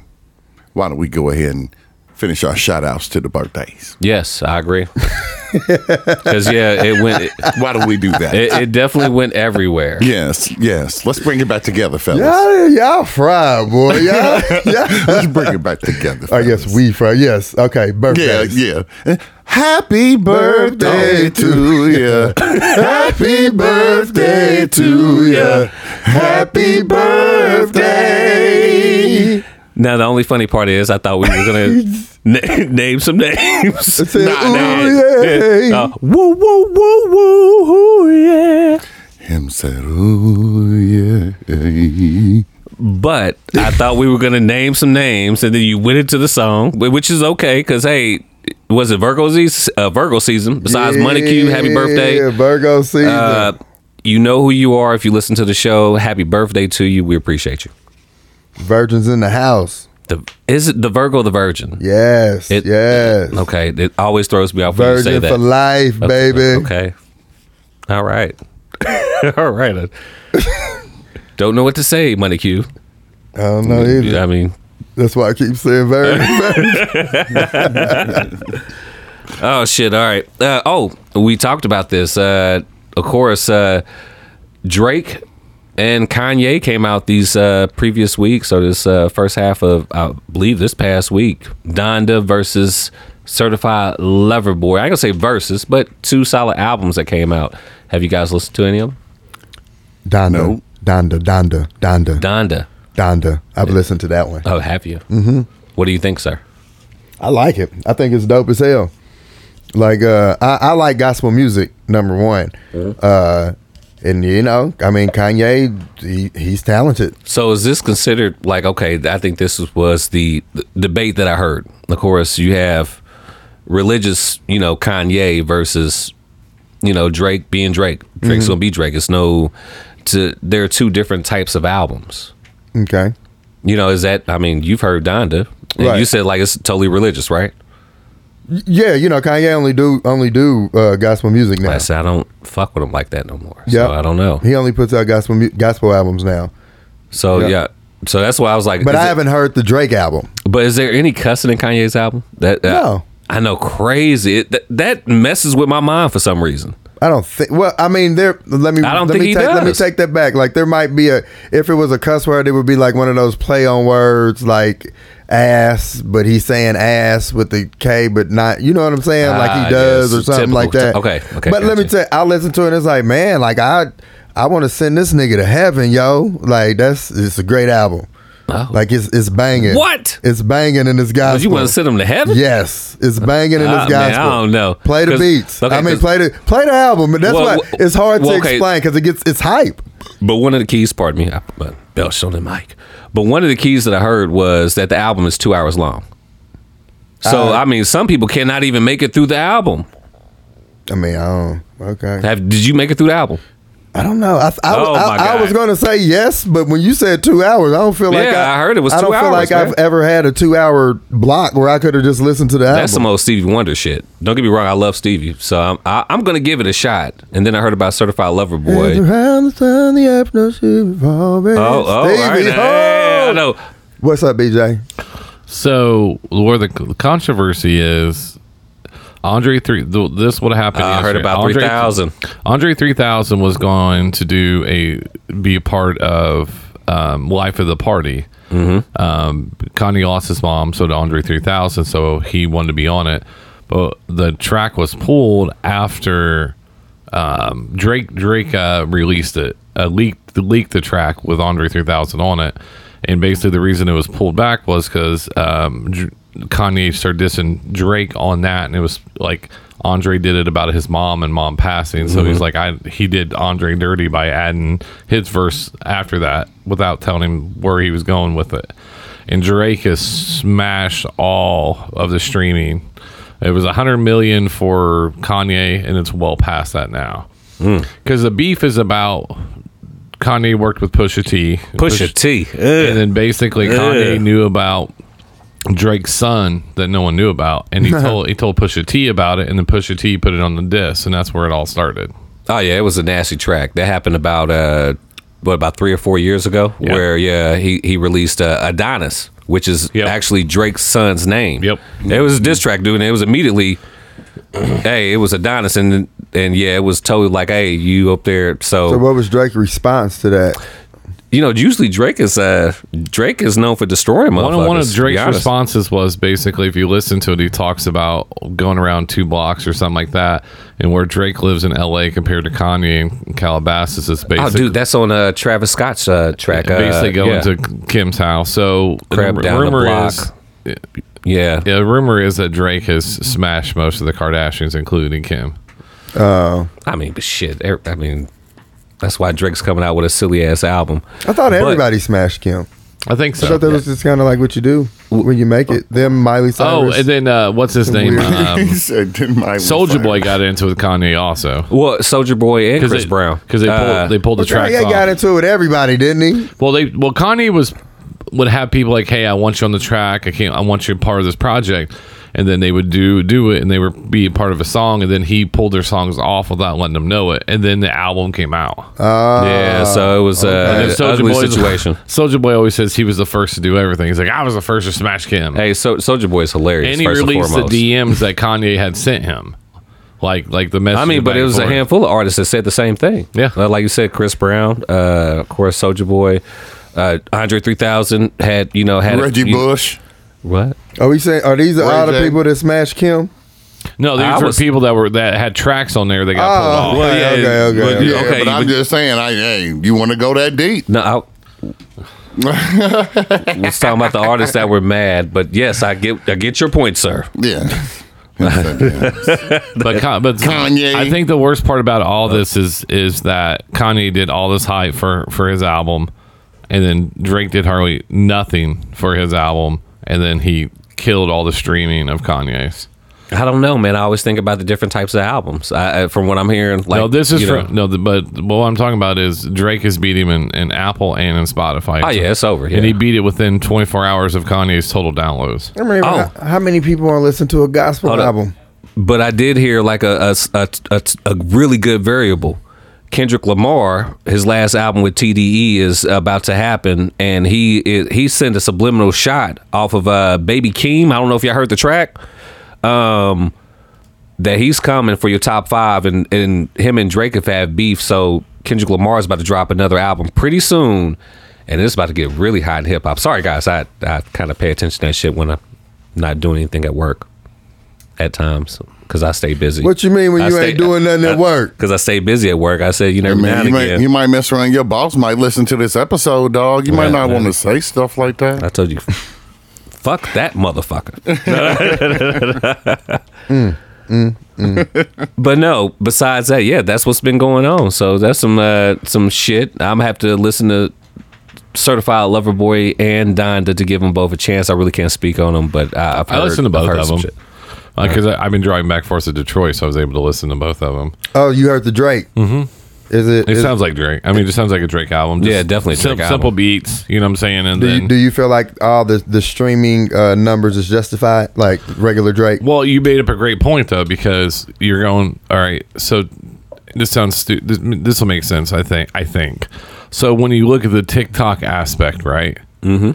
Why don't we go ahead and finish our shout outs to the birthdays? Yes, I agree. Because yeah, it went. It, Why don't we do that? it, it definitely went everywhere. yes, yes. Let's bring it back together, fellas. Y'all, y'all fried, boy. Y'all, Let's bring it back together. I guess fellas. we fried. Yes. Okay. Yeah, Birthdays. yeah. Happy birthday Birthday to you. Happy birthday to you. Happy birthday. Now the only funny part is I thought we were gonna na- name some names. It said, Nah, ooh, nah. yay. Uh, woo woo woo woo yeah. Him said, "Ooh yeah." But I thought we were gonna name some names, and then you went into the song, wh- which is okay because hey, was it Virgo season? Uh, Virgo season. Besides Money Q, happy Yeah, birthday. Virgo season. Uh, you know who you are if you listen to the show. Happy birthday to you. We appreciate you. Virgins in the house. The is it the Virgo or the Virgin? Yes. It- yes. Okay, it always throws me off when you say Virgin that. for life, baby. Okay. All right. All right. Don't know what to say, Money Q. I don't know either. I mean, That's why I keep saying Virgin. oh shit. All right. Uh, oh, we talked about this. Uh, of course, uh, Drake and Kanye came out these uh, previous weeks, or this uh, first half of, I believe, this past week. Donda versus Certified Lover Boy. I ain't gonna say versus, but two solid albums that came out. Have you guys listened to any of them? Donda. No. Donda, Donda, Donda, Donda. Donda. I've listened to that one. Oh, have you? Mm-hmm. What do you think, sir? I like it. I think it's dope as hell. Like uh I, I like gospel music, number one. Mm-hmm. Uh and you know, I mean Kanye he, he's talented. So is this considered like okay? I think this was- was the, the debate that I heard. Of course, you have religious, you know, Kanye versus, you know, Drake being Drake. Drake's Mm-hmm. gonna be Drake. It's no, to there are two different types of albums. Okay. You know, is that? I mean, you've heard Donda. And You Right. said like it's totally religious, right? Yeah, you know, Kanye only do only do uh gospel music now. I said I don't fuck with him like that no more. Yep. So I don't know. He only puts out gospel mu- gospel albums now. So Yeah. yeah. So that's why I was like, But is I it- haven't heard the Drake album. But is there any cussing in Kanye's album? That uh, No. I know, crazy. It, that, that messes with my mind for some reason. I don't think. Well, I mean, there. Let me. I don't let think me he take, Let me does. take that back. Like there might be a. If it was a cuss word, it would be like one of those play on words, like ass, but he's saying ass with the K, but not. You know what I'm saying? like Ah, he does yes. or something like Typical. that. Okay, okay, But let me gotcha. tell. I listen to it. and It's like, man, like I, I want to send this nigga to heaven, yo. Like that's. It's a great album. Like it's it's banging. Oh. What? Oh, It's banging in this gospel. you want to send them to heaven? Yes, it's banging in this Ah, gospel. man, I don't know. Play the 'Cause- beats. okay, I mean, 'cause- play the play the album. And that's Well, why well, it's hard to well, okay. explain because it gets it's hype. But one of the keys, pardon me, I uh, belched on the mic. But one of the keys that I heard was that the album is two hours long. Uh, So I mean, some people cannot even make it through the album. I mean, I don't. Okay. Have did you make it through the album? I don't know. I, I, Oh, I- my I God. was going to say yes, but when you said two hours, I don't feel like Yeah, I heard it was I two don't feel hours, like I've man. ever had a two-hour block where I could have just listened to the album. That's some old Stevie Wonder shit. Don't get me wrong, I love Stevie, so I'm I, I'm gonna give it a shot. And then I heard about Certified Lover It's Boy. around the sun, the afternoon should be falling. Oh, oh, all right. Stevie, Hey, I oh. know. What's up, BJ? So where the c- controversy is, Andre three. Th- this would happen. I heard about 3000. Andre three thousand was going to do a be a part of um, life of the party. Mm-hmm. Um, Kanye lost his mom, so to Andre three thousand, so he wanted to be on it. But the track was pulled after um, Drake Drake uh, released it, uh, leaked leaked the track with Andre 3000 on it, and basically the reason it was pulled back was because um, Dr- Kanye started dissing Drake on that, and it was like Andre did it about his mom and mom passing, so he's like, I he did Andre dirty by adding his verse after that without telling him where he was going with it, and Drake has smashed all of the streaming. It was a hundred million for Kanye, and it's well past that now. Hmm. Because the beef is about Kanye worked with Pusha T. Pusha T. and then basically Kanye knew about Drake's son that no one knew about, and he told he told Pusha T about it, and then Pusha T put it on the disc, and that's where it all started. Oh yeah, it was a nasty track. That happened about uh what about three or four years ago? Yeah. Where yeah, he he released uh, Adonis, which is Yep. actually Drake's son's name. Yep. It was a diss track, dude, and it was immediately hey, it was Adonis and and yeah, it was totally like, hey, you up there so, So, what was Drake's response to that? you know, usually Drake is uh Drake is known for destroying motherfuckers. One of, one of to be Drake's honest. responses was basically, if you listen to it, he talks about going around two blocks or something like that, and where Drake lives in L.A. compared to Kanye in Calabasas is Oh, basically dude, that's on uh, Travis Scott's uh, track. Uh, basically going yeah. to Kim's house. So Crab ru- down the block. is yeah. yeah, rumor is that Drake has smashed most of the Kardashians, including Kim. I mean, but shit. er- I mean, that's why Drake's coming out with a silly ass album. I thought everybody smashed Kim. I think so. I thought that was just kind of like what you do when you make it. Them Miley oh, Cyrus. and then uh, what's his name? he Um, said, "Didn't my Soldier fire." Boy got into it with Kanye also Well, Soldier Boy and Chris they, Brown. because they pulled, Uh, they pulled the track. Kanye got into it with everybody, didn't he? Well, they well Kanye was would have people like, "Hey, I want you on the track. I can't. I want you part of this project." And then they would do do it, and they would be a part of a song. And then he pulled their songs off without letting them know it. And then the album came out. Uh, yeah, so it was uh, an ugly situation. Soldier Boy always says he was the first to do everything. He's like, "I was the first to smash Kim." hey, so, Soldier Boy is hilarious. and he first released the and foremost. DMs that Kanye had sent him, like like the message. I mean, but back it was and a forth. handful of artists that said the same thing. Yeah. Uh, like you said, Chris Brown, uh, of course, Soldier Boy, uh, Andre 3000 had you know had Reggie you- Bush. What? Are we saying? Are these all What is the that? people that smashed Kim? No, these I were was- people that were that had tracks on there. They got Oh, pulled off. Well, yeah, okay, okay, but, okay. Yeah, okay, but I'm but- just saying, I hey, you want to go that deep? No, I was talking about the artists that were mad, but yes, I get I get your point, sir. Yeah. but Con- but Kanye. I think the worst part about all this is is that Kanye did all this hype for for his album, and then Drake did hardly nothing for his album, and then he killed all the streaming of Kanye's. I don't know, man. I always think about the different types of albums. I, I- from what I'm hearing, like no, this is you know- from no, the, but what I'm talking about is Drake has beat him in, in Apple and in Spotify. Oh yeah, it's over. Yeah. and he beat it within 24 hours of Kanye's total downloads. I mean, Oh. how, how many people want to listen to a gospel Hold up. album? but I did hear like a a, s- a- a- a really good variable. Kendrick Lamar, his last album with TDE is about to happen, and he is, he sent a subliminal shot off of uh, Baby Keem. I don't know if y'all heard the track. Um, that he's coming for your top five, and and him and Drake have had beef. So Kendrick Lamar is about to drop another album pretty soon, and it's about to get really hot in hip hop. Sorry guys, I I kind of pay attention to that shit when I'm not doing anything at work at times. because I stay busy. What you mean when you ain't doing nothing at work? Because I stay busy at work. I said, you know, every Uh, now Man, and you might, again. you might mess around. Your boss might listen to this episode, dog. You might Yeah, not yeah. want to say stuff like that. I told you, fuck that motherfucker. But no, besides that, yeah, that's what's been going on. So that's some uh, some shit. I'm gonna have to listen to Certified Lover Boy and Donda to give them both a chance. I really can't speak on them, but I, I've I heard- listened to I've both heard of some them shit. because I I've been driving back and forth to Detroit, so I was able to listen to both of them. Oh, you heard the Drake. Mm-hmm. Is it? It is- sounds like Drake. I mean, it just sounds like a Drake album. Just Yeah, definitely a sim- Drake album. simple beats. You know what I'm saying? And do, then you, do you feel like all the the streaming uh, numbers is justified? Like regular Drake. Well, you made up a great point though because you're going all right. So this sounds stu- this this will make sense. I think. I think. So when you look at the TikTok aspect, right? Mm-hmm.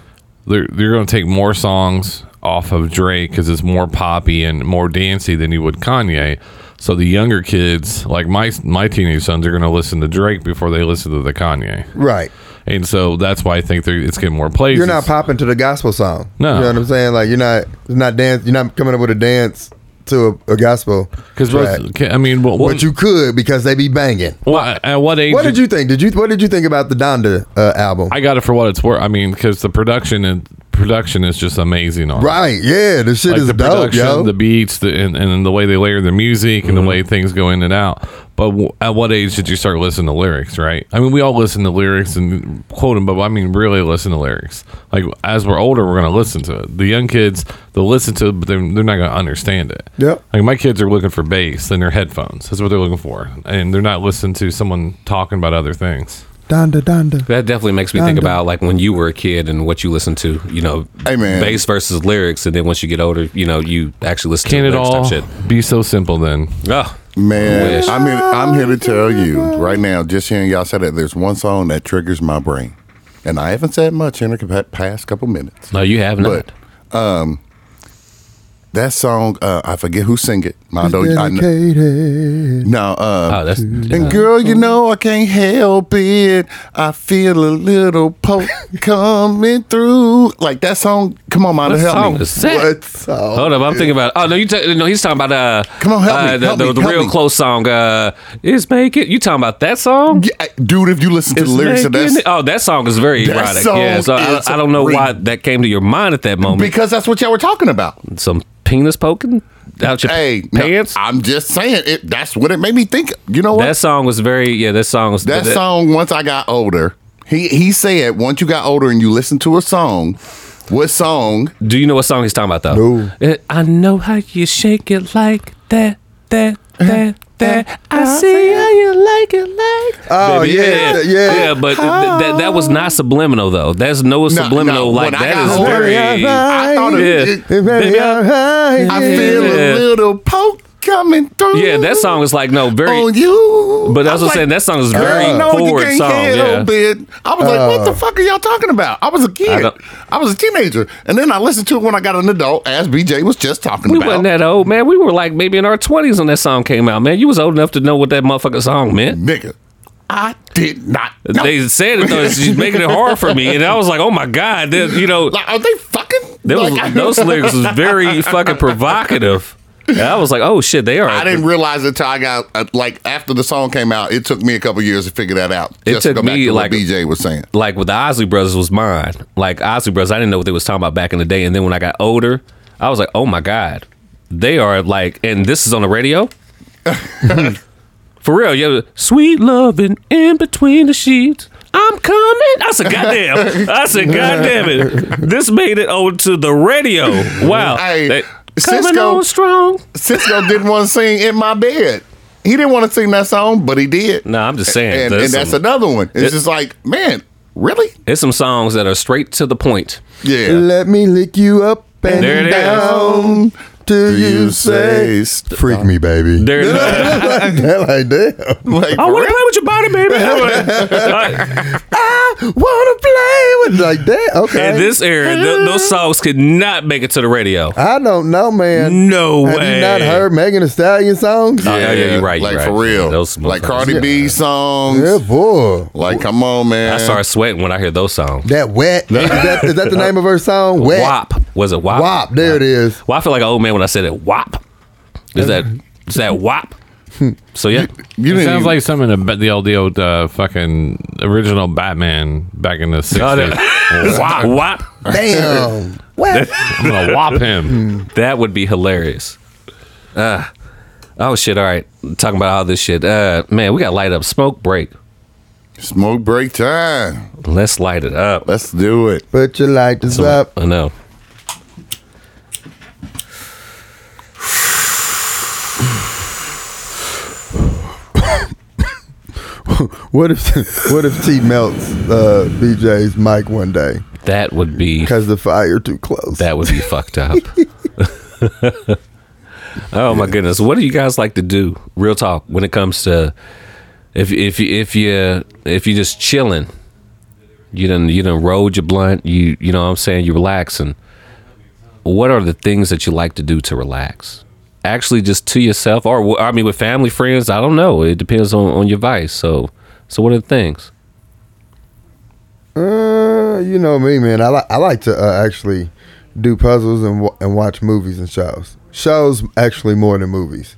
They're they're going to take more songs off of Drake because it's more poppy and more dancey than you would Kanye. So the younger kids, like my my teenage sons, are going to listen to Drake before they listen to the Kanye, Right. and so that's why I think they're, it's getting more plays. You're not popping to the gospel song. No. You know what I'm saying? Like you're not you're not dance you're not coming up with a dance to a, a gospel. because track. I mean, what, But you could because they be banging. what, at what age? What did you think? Did you what did you think about the Donda uh, album? I got it for what it's worth. I mean, because the production and production is just amazing on it. right. Yeah, the shit Like is the dope, production, yo. Mm-hmm. the beats, the, and, and the way they layer the music and the way things go in and out. But w- at what age did you start listening to lyrics? Right? I mean, we all listen to lyrics and quote them, but I mean, really listen to lyrics. Like as we're older, we're going to listen to it. The young kids, they'll listen to it, but they're, they're not going to understand it. Yep. Like my kids are looking for bass in their headphones. That's what they're looking for, and they're not listening to someone talking about other things. Donda Donda. That definitely makes me think Donda. about like when you were a kid and what you listened to. You know, Hey, man. bass versus lyrics, and then once you get older, you know, you actually listen Can to it lyrics all type shit. be so simple then? Oh, Man, Wish. I'm here, I'm here to tell you right now, just hearing y'all say that, there's one song that triggers my brain. And I haven't said much in the ca- past couple minutes. no, you have not. But that song, uh, I forget who sing it. I don't, I, kn- Dedicated. no, uh, oh, that's and girl, you know I can't help it. I feel a little poke coming through. Like that song, come on, man, what help song me. is that? What song? Hold up, I'm thinking about. Oh no, you ta- no, he's talking about. Uh, Come on, help uh, me, The, help the, me, the help real me. close song uh, is make it. You talking about that song? Yeah, dude, if you listen to the It's lyrics of Making that, It- oh, that song is very That erotic. song yeah, so I, is I don't know why that came to your mind at that moment. because that's what y'all were talking about. Some penis poking out your Hey, no, pants. I'm just saying it. That's what it made me think. You know what? that song was very. Yeah, that song was. that song. Once I got older, he he said once you got older and you listen to a song, what song? Do you know what song he's talking about though? No. Uh, I know how you shake it like that, that, Uh-huh. that, that. I see how you like it like. Oh, Baby, yeah, yeah. but th- th- that was not subliminal though. There's no subliminal no, like when I that got is older, very. I thought it, Yeah. it- It better Baby, be alright. I feel Yeah. a little poke coming through. Yeah, that song is like no very. on you. But that's I what I'm was Oh, saying. like, That song is very "Girl, no, you forward can't song. Yeah. Uh, help it." I was like, what the fuck are y'all talking about? I was a kid. I, don't- was a teenager. And then I listened to it when I got an adult, as BJ was just talking We about. wasn't that old, man. We were like maybe in our twenties when that song came out, man. You was old enough to know what that motherfucking song meant. Nigga, I did not know. They said it though, she's making it hard for me, and I was like, oh my god, that- you know, like, are they fucking? that was, like, those lyrics was very fucking provocative. And I was like, oh shit, they are. I didn't realize it until I got uh, like after the song came out. It took me a couple years to figure that out. It took me, like- what BJ was saying. like with the Osley Brothers was mine. Like Osley Brothers, I didn't know what they was talking about back in the day, and then when I got older, I was like, oh my god, they are like, and this is on the radio. For real, yo, sweet loving in between the sheets. I'm coming. I said, goddamn. I said, goddamn it. This made it over to the radio. Wow. Hey, They- coming Cisco- on strong. Cisco didn't want to sing in my bed. He didn't want to sing that song, but he did. No, I'm just saying. and, there's and that's some, another one. It's just like, man, really? there's some songs that are straight to the point. Yeah. Let me lick you up and There it is. down till you say st- uh, freak me baby. There, like that, like damn. like, Oh, I want for to play with your body, baby. wanna play with like that? Okay. In this era, th- those songs could not make it to the radio. I don't know, man. No Have way. you not heard Megan Thee Stallion songs? Oh, real? yeah, yeah, you're right. Like you're for right. real. Those like motherfuckers. Cardi B songs. Yeah, boy. Like, come on, man. I started sweating when I hear those songs. That wet. Is that, is that the name of her song? Wet. WAP. Was it WAP? Wop. There it is. Well, I feel like an old man when I said it. WAP. Is that is that WAP? So yeah, You it didn't sounds even- like something about the old, the old uh, fucking original Batman back in the 60s. Oh, that- WAP. WAP. Damn. What? I'm going to whop Mm. him. That would be hilarious. Uh, oh shit! All right, talking about all this shit. Uh, man, we got to light up. Smoke break. smoke break time. Let's light it up. Let's do it. Put your light is up. I know. What if what if T melts uh, BJ's mic one day That would be because the fire too close? that would be fucked up. oh my goodness! What do you guys like to do? Real talk. When it comes to if if you if you if you just chilling, you done you done rolled your blunt. You you know what I'm saying you relaxing. What are the things that you like to do to relax? Actually, just to yourself, or w- I mean, with family, friends. I don't know. It depends on on your vice. So so what are the things? Uh, you know me, man. I like I like to uh, actually do puzzles and wa- and watch movies and shows. Shows actually more than movies,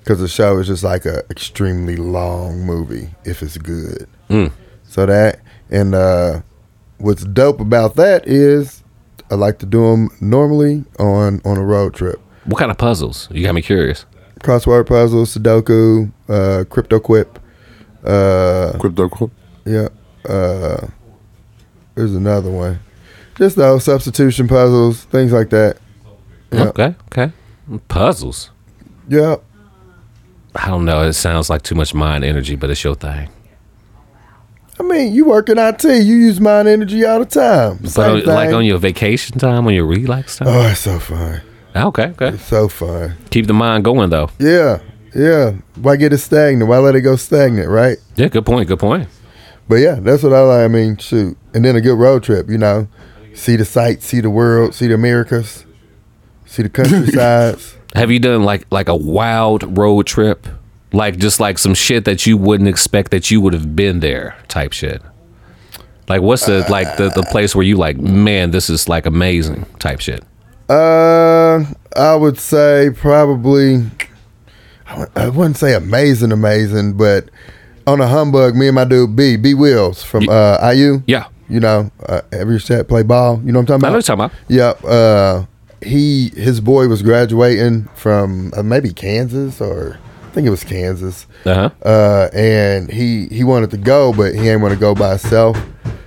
because a show is just like a extremely long movie if it's good. Mm. So that and uh, what's dope about that is I like to do them normally on on a road trip. What kind of puzzles? You got me curious. Crossword puzzles, Sudoku, uh, Crypto Quip, uh, Crypto quote. yeah. Uh, there's another one. Just those substitution puzzles, things like that. Yeah. Okay, okay. Puzzles. Yeah. I don't know. It sounds like too much mind energy, but it's your thing. I mean, you work in IT, you use mind energy all the time. but Same on, like thing. on your vacation time, on your relax time. Ah, Oh, it's so fun. okay, okay. So fun. Keep the mind going though. Yeah. Yeah. Why get it stagnant? Why let it go stagnant, right? Yeah, good point. Good point. But yeah, that's what I like. I mean, shoot. And then a good road trip, you know. See the sights, see the world, see the Americas, see the countrysides. Have you done like like a wild road trip, like just like some shit that you wouldn't expect that you would have been there type shit? Like what's Uh, the like the, the place where you like, man, this is like amazing type shit. Uh, I would say probably. I wou- I wouldn't say amazing, amazing, but on a humbug, me and my dude B B Wills from uh, IU. Yeah, You know, uh, every set play ball. You know what I'm I know talking what about? you're talking about. Yep. Uh, he his boy was graduating from uh, maybe Kansas or I think it was Kansas Uh huh. uh, and he he wanted to go, but he ain't want to go by himself.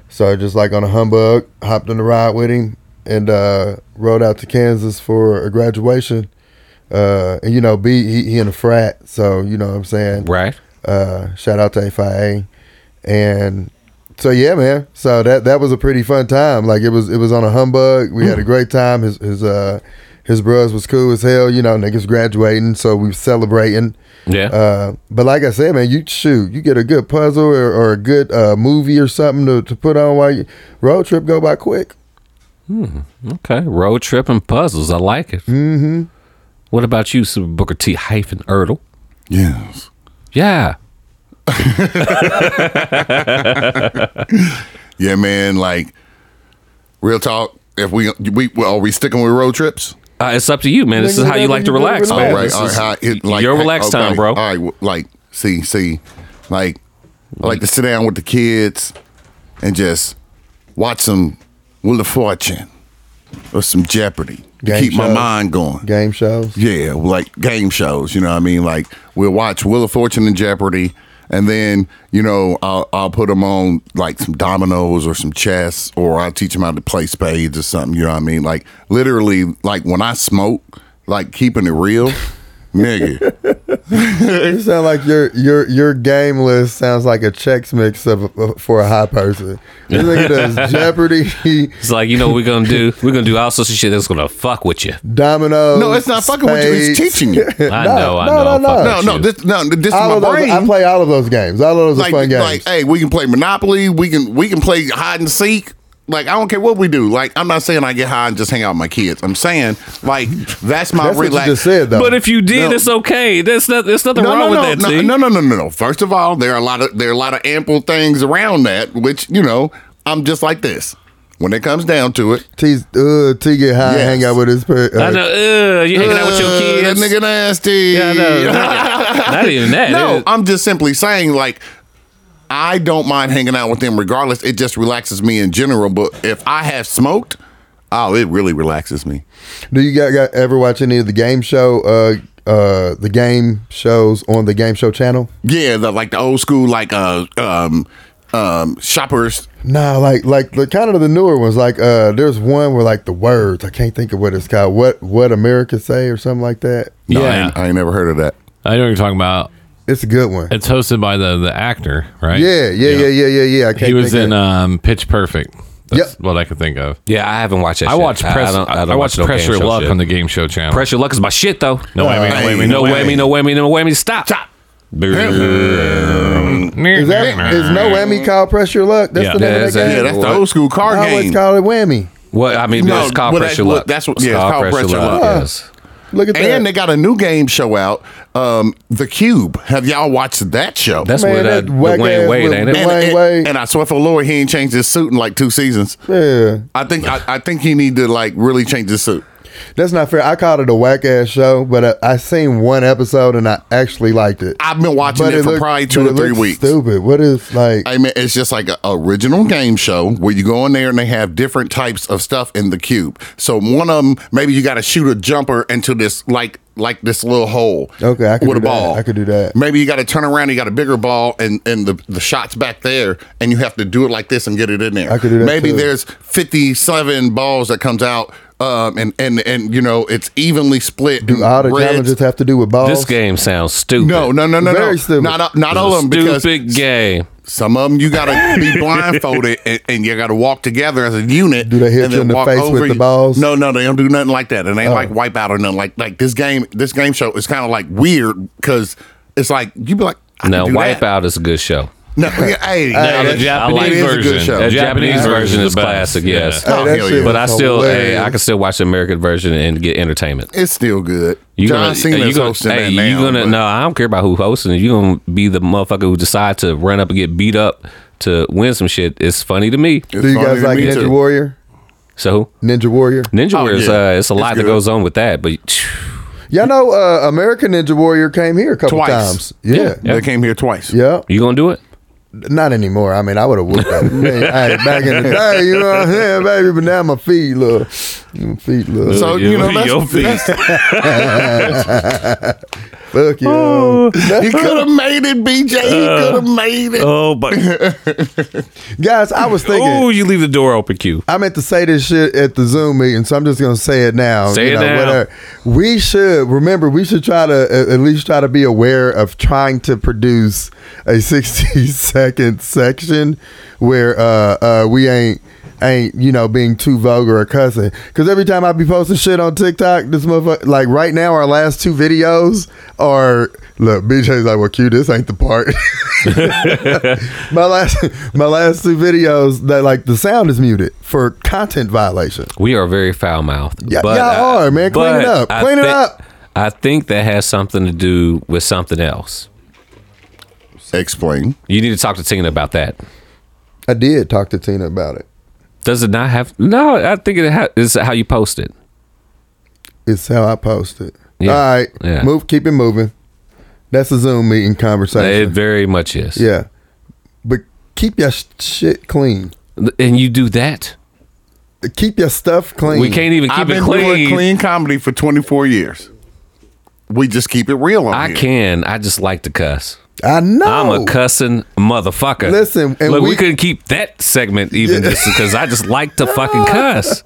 So just like on a humbug, hopped on the ride with him and uh, rode out to Kansas for a graduation. Uh, and you know, B he, he in a frat, so you know what I'm saying. Right. Uh, shout out to A5A, and so yeah, man. So that that was a pretty fun time. Like it was it was on a humbug. We had a great time. His his uh his bros was cool as hell. You know, niggas graduating, so we celebrating. Yeah. Uh, but like I said, man, you shoot, you get a good puzzle or, or a good uh, movie or something to, to put on while you road trip go by quick. Okay, road trip and puzzles. I like it. Mm-hmm. What about you, Super Booker T hyphen Ertle? Yes. Yeah. Yeah, man. Like real talk. If we we well, are we sticking with road trips? Uh, it's up to you, man. This Nigga, is how you whatever like to you do, relax, relax. man. All right. This All right. is How, it, like, your relax okay, time, bro. All right. well, Like see see, like I like to sit down with the kids and just watch some Wheel of Fortune or some Jeopardy to Game keep my shows. mind going. Game shows. Yeah, like game shows. You know what I mean? Like we'll watch Wheel of Fortune and Jeopardy, and then you know I'll I'll put them on like some dominoes or some chess, or I'll teach them how to play spades or something. You know what I mean? Like literally, like when I smoke, like keeping it real, nigga. You sound like your your your game list sounds like a checks mix of, of- for a high person. This nigga does Jeopardy, It's like you know what we're gonna do. We're gonna do all sorts of shit that's gonna fuck with you. Dominoes. No, it's not fucking with you. It's spades. teaching you. I No, know. I no, know. no, no. No, no, this no, this is All my of those, brain. I play all of those games. All of those like, are fun like, games. hey, we can play Monopoly. We can we can play hide and seek. Like I don't care what we do. Like I'm not saying I get high and just hang out with my kids. I'm saying like that's my That's what you relax. just said, though. But if you did, No. it's okay. There's not. There's nothing wrong no, with no, that. no, T. no, no, no, no, no. First of all, there are a lot of there are a lot of ample things around that, which you know I'm just like this. When it comes down to it, T's, uh, T get high, and Yes. hang out with his. Per- uh, I know. Uh, you hanging out with your Uh, kids. That nigga nasty. Yeah, I know. Not, not even that. no, It- I'm just simply saying like I don't mind hanging out with them regardless. It just relaxes me in general. But if I have smoked, oh, it really relaxes me. Do you got, got ever watch any of the game show? Uh, uh, the game shows on the game show channel. Yeah, the like the old school like uh um um shoppers. Nah, like like the kind of the newer ones. Like uh, there's one where like the words I can't think of what it's called. What what America say or something like that. No, I, Yeah. ain't, I ain't never heard of that. I know what you're talking about. It's a good one. It's hosted by the the actor, right? Yeah, yeah, yeah, yeah, yeah, yeah. I can't He was think in Of, um, Pitch Perfect. That's Yep. what I could think of. yeah, I haven't watched that. I shit. watched press. I, don't- don't watch watched no Pressure game show Luck shit. on the game show channel. Pressure luck is my shit though. no, I mean, Hey, wait, No no whammy, no whammy, no whammy. Stop. Stop. is that is no whammy called pressure luck? That's Yeah. the name of Yeah, that Yeah, game. that's the old school car I always game. call it whammy. What I mean, No, it's called well, that- pressure well, luck. that's what- yeah, it's called pressure luck. Yes. Look at And that. they got a new game show out, um, The Cube. Have y'all watched that show? That's Man, what uh, that the whack Wayne ass Wade, with- ain't it? and, Wayne and- Wade. and I swear for Lord, he ain't changed his suit in like two seasons. yeah. I think I, I think he need to like really change his suit. That's not fair. I called it a whack ass show, but I, I seen one episode and I actually liked it. I've been watching But it, for looked- probably two but or it three looks weeks. Stupid. What is like? I mean, it's just like an original game show where you go in there and they have different types of stuff in the cube. So one of them, maybe you got to shoot a jumper into this like like this little hole. Okay, I could with do a that. ball. I could do that. Maybe you got to turn around. You got a bigger ball, and and the the shots back there, and you have to do it like this and get it in there. I could do that, Maybe too. there's 57 balls that comes out. Um, and, and and you know it's evenly split. do all the challenges have to do with balls? This game sounds stupid. Oh. No, no, no, no, Very no. stupid. Not not all of them because Stupid game. some of them you gotta be blindfolded and, and you gotta walk together as a unit. Do they hit and you then in the walk face over with the you. balls? Oh. No, no, they don't do nothing like that. It ain't like Wipeout or nothing like like this game. This game show is kind of like weird because it's like you be like, I No, can do that. Wipeout is a good show. No, yeah, hey, Now, no, the that- Japanese it is a good version. show. The That Japanese, Japanese version version is is best. classic, Yeah. yes. Hey, that Oh, hell shit yeah. But was I still, hey, hilarious. I can still watch the American version and get entertainment. It's still good. You John gonna, Cena's hey, you gonna, hosting hey, that now. you gonna but- no, I don't care about who hosting it. You gonna be the motherfucker who decide to run up and get beat up to win some shit. It's funny to me. It's Do you funny guys to like me, Ninja too. Warrior? So Ninja Warrior. Ninja Oh, Warriors, yeah. uh, it's a It's lot that good. goes on with that. But phew, Y'all know uh, American Ninja Warrior came here a couple Twice. times. Yeah. They came here twice. Yeah. you gonna do it? Not anymore. I mean, I would have whooped that man, I, back in the day. You know what I'm saying, baby? But now my feet look, my feet look. So Oh, you know that's, Your feet. Fuck you. Oh. he could have made it, BJ. He Uh. could have made it. Oh, but Guys, I was thinking. oh, you leave the door open, Q. I meant to say this shit at the Zoom meeting, so I'm just gonna say it now. Say it now. We should remember. We should try to uh, at least try to be aware of trying to produce a 60 second section where uh, uh, we ain't ain't you know being too vulgar or cussing. Because every time I be posting shit on TikTok, this motherfucker like right now our last two videos are look BJ's like well Q this ain't the part. my last my last two videos that like the sound is muted for content violation. We are very foul mouthed. Yeah, y'all are, man. Clean it up. Clean it up. I think that has something to do with something else. Explain. You need to talk to Tina about that. I did talk to Tina about it. Does it not have? No, I think it ha- is how you post it. It's how I posted. Yeah. All right, Yeah. move. Keep it moving. That's a Zoom meeting It conversation. very much is. yeah, but keep your sh- shit clean. and you do that. Keep your stuff clean. We can't even keep I've it been clean. doing clean comedy for 24 years. We just keep it real on I here. can. I just like to cuss. I know. I'm a cussing motherfucker. Listen, and look, we, we- couldn't keep that segment even just because I just like to fucking cuss.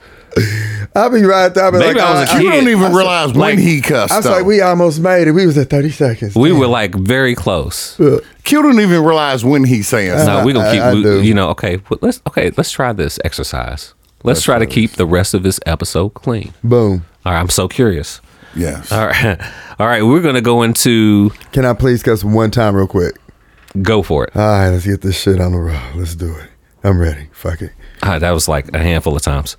I'll be right there. I'll be Maybe like, I was a "All right." kid. You don't even I said, realize when like- he cussed. I was though. like, we almost made it. We was at 30 seconds. We were like very close. Q don't even realize when he's saying No, something. we're gonna I- keep. I we- do. you know, okay. Well, let's okay. Let's try this exercise. Let's try to keep the rest of this episode clean. Boom. All right, I'm so curious. Yes. All right, all right. We're gonna go into Can I please cuss one time real quick? go for it. All right, let's get this shit on the road. Let's do it. I'm ready. Fuck it. Ah, that was like a handful of times.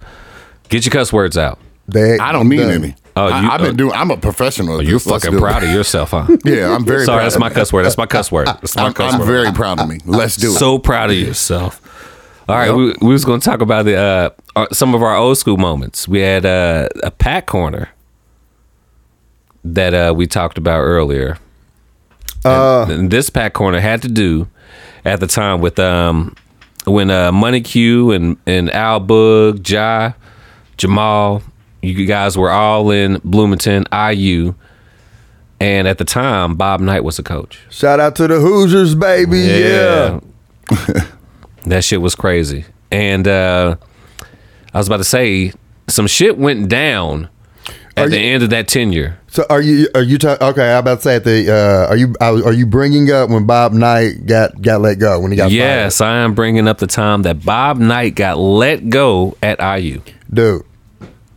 Get your cuss words out. They, I don't need done. any. Oh, I, you- have been oh. doing. I'm a professional. at You're this. Let's fucking do it. proud of yourself, huh? Yeah, I'm very. Sorry, proud that's of my it. cuss word. That's my cuss word. That's my I'm, cuss I'm word. very proud of me. Let's do it. so proud of yourself. All right, we, we was going to talk about the uh, uh, some of our old school moments. We had uh, a pack corner that uh, we talked about earlier. Uh, And, and this pack corner had to do at the time with um, when uh, Money Q and and Al Bug, Jai, Jamal, you guys were all in Bloomington, IU, and at the time Bob Knight was a coach. Shout out to the Hoosiers, baby. Yeah. that shit was crazy. And uh I was about to say some shit went down at Are the you- end of that tenure. So are you are you ta- okay? I'm about to say at the uh, are you I was- are you bringing up when Bob Knight got got let go when he got yes, I am bringing up the time that Bob Knight got let go at IU. fired? dude.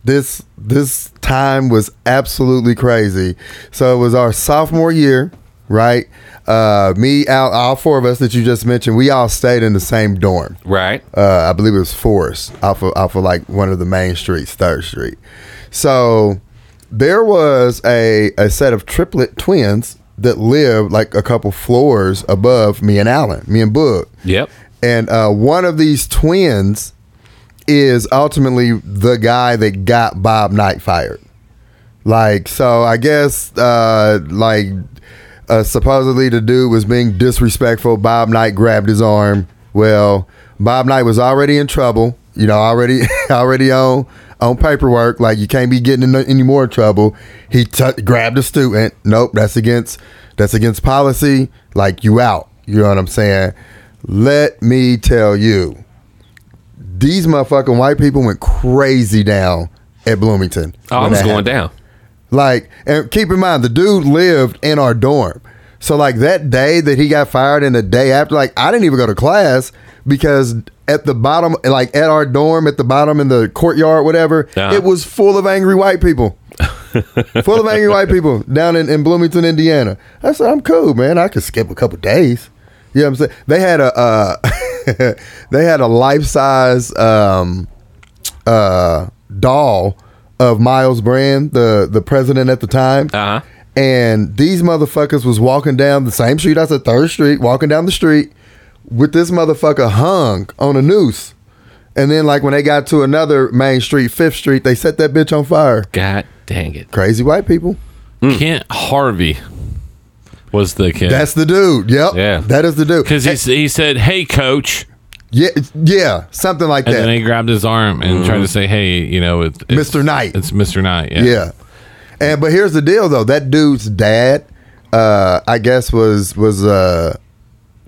This this time was absolutely crazy. So it was our sophomore year, right? Uh, me, Al, all four of us that you just mentioned, we all stayed in the same dorm. Right? uh, I believe it was Forest off of, off of like one of the main streets, Third Street. So there was a, a set of triplet twins that lived like a couple floors above me and Allen, me and Boog. Yep. And uh, one of these twins is ultimately the guy that got Bob Knight fired. Like, so I guess, uh, like, uh, supposedly the dude was being disrespectful. Bob Knight grabbed his arm. Well, Bob Knight was already in trouble. You know, already, already on on paperwork. Like, you can't be getting in any more trouble. He t- grabbed a student. Nope, that's against that's against policy. Like, you out. You know what I'm saying? Let me tell you these motherfucking white people went crazy down at Bloomington. Oh, I when was that going down. happened. Like, and keep in mind, the dude lived in our dorm. So, like, that day that he got fired and the day after, like, I didn't even go to class because at the bottom, like, at our dorm, at the bottom in the courtyard, whatever, Uh-huh. it was full of angry white people. full of angry white people down in, in Bloomington, Indiana. I said, I'm cool, man. I could skip a couple days. You know what I'm saying? They had a, uh, they had a life size, um, uh, doll of Miles Brand, the the president at the time. Uh-huh. And these motherfuckers was walking down the same street. I said Third Street, walking down the street with this motherfucker hung on a noose. And then, like when they got to another main street, Fifth Street, they set that bitch on fire. God dang it. Crazy white people. Kent Harvey was the kid. That's the dude. Yep. Yeah. That is the dude. Because he, he said, hey, coach. yeah, yeah, something like And that. then he grabbed his arm and tried to say, hey, you know, it, it's, Mr. Knight. It's Mr. Knight. Yeah. Yeah. And but here's the deal though. That dude's dad, uh, I guess was was uh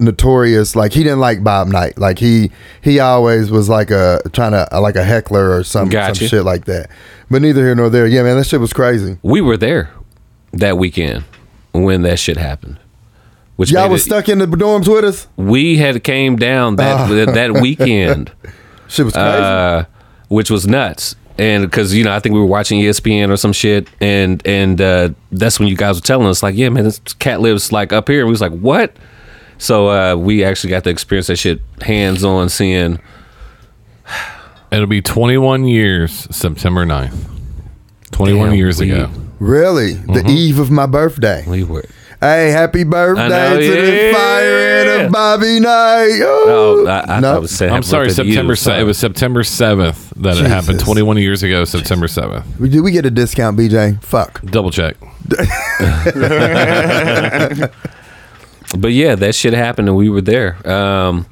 notorious like he didn't like Bob Knight. Like he he always was like a trying to like a heckler or some, Gotcha. some shit like that. But neither here nor there. Yeah, man, that shit was crazy. We were there that weekend when that shit happened. Which Y'all made was it- stuck in the dorms with us? we had came down that that weekend. Shit was crazy. uh, which was nuts. And because you know, I think we were watching E ESPN or some shit, and and uh, that's when you guys were telling us like, yeah, man, this cat lives like up here. And we was like, what? So uh, we actually got to experience that shit hands on, seeing It'll be 21 years, September 9th. 21 Damn, years we- ago. really? mm-hmm. The eve of my birthday. we were. Hey, happy birthday know, to yeah. the firing of Bobby Knight. Oh, Oh, I, I, I was saying, I'm happy sorry, birthday to you. September. se- Sorry. it was September 7th that it happened. Jesus. 21 years ago, September 7th. Did we get a discount, BJ? Fuck. Double check. But yeah, that shit happened, and we were there. Um,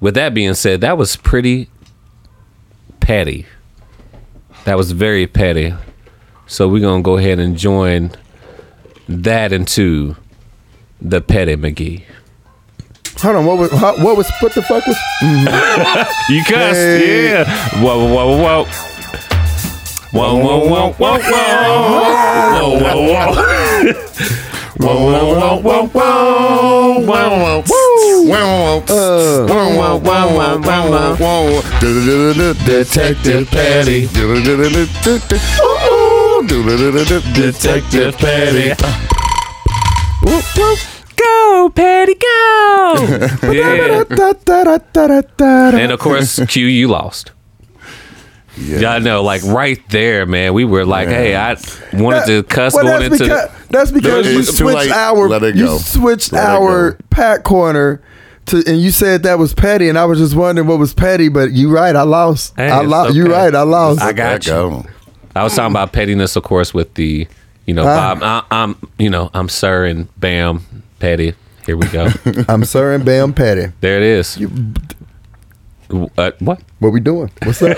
with that being said, that was pretty petty. That was very petty. So we're gonna go ahead and join that into the petty McGee. Hold on, what was how, what was what the fuck was? You cussed, Hey. yeah. Whoa, whoa, whoa, whoa. Whoa, whoa, whoa, whoa, whoa. Whoa, whoa, whoa. Whoa, whoa, whoa, whoa, whoa, whoa, whoa, whoa, whoa, whoa, whoa, whoa, whoa. Do-do-do-do-do, Detective Patty. Do-do-do-do-do-do. Ooh, do-do-do-do-do, Detective Patty. Go, Patty, go. yeah. Da-da-da-da-da-da-da. and of course, Q, you lost. Yeah, I know. Like right there, man. We were like, "Hey, I wanted to cuss Well, going that's into." because, that's because It you is too switched late. our Let it you go. switched Let it our go. pack corner to, and you said that was petty, and I was just wondering what was petty. But you right, I lost. Hey, I it's lost. You okay. right, I lost. I got That go. I was talking about pettiness, of course, with the, you know, Ah. Bob, I, I'm, you know, I'm Sir and Bam, petty. Here we go. I'm Sir and Bam Petty. there it is. uh, what? What we doing? What's up?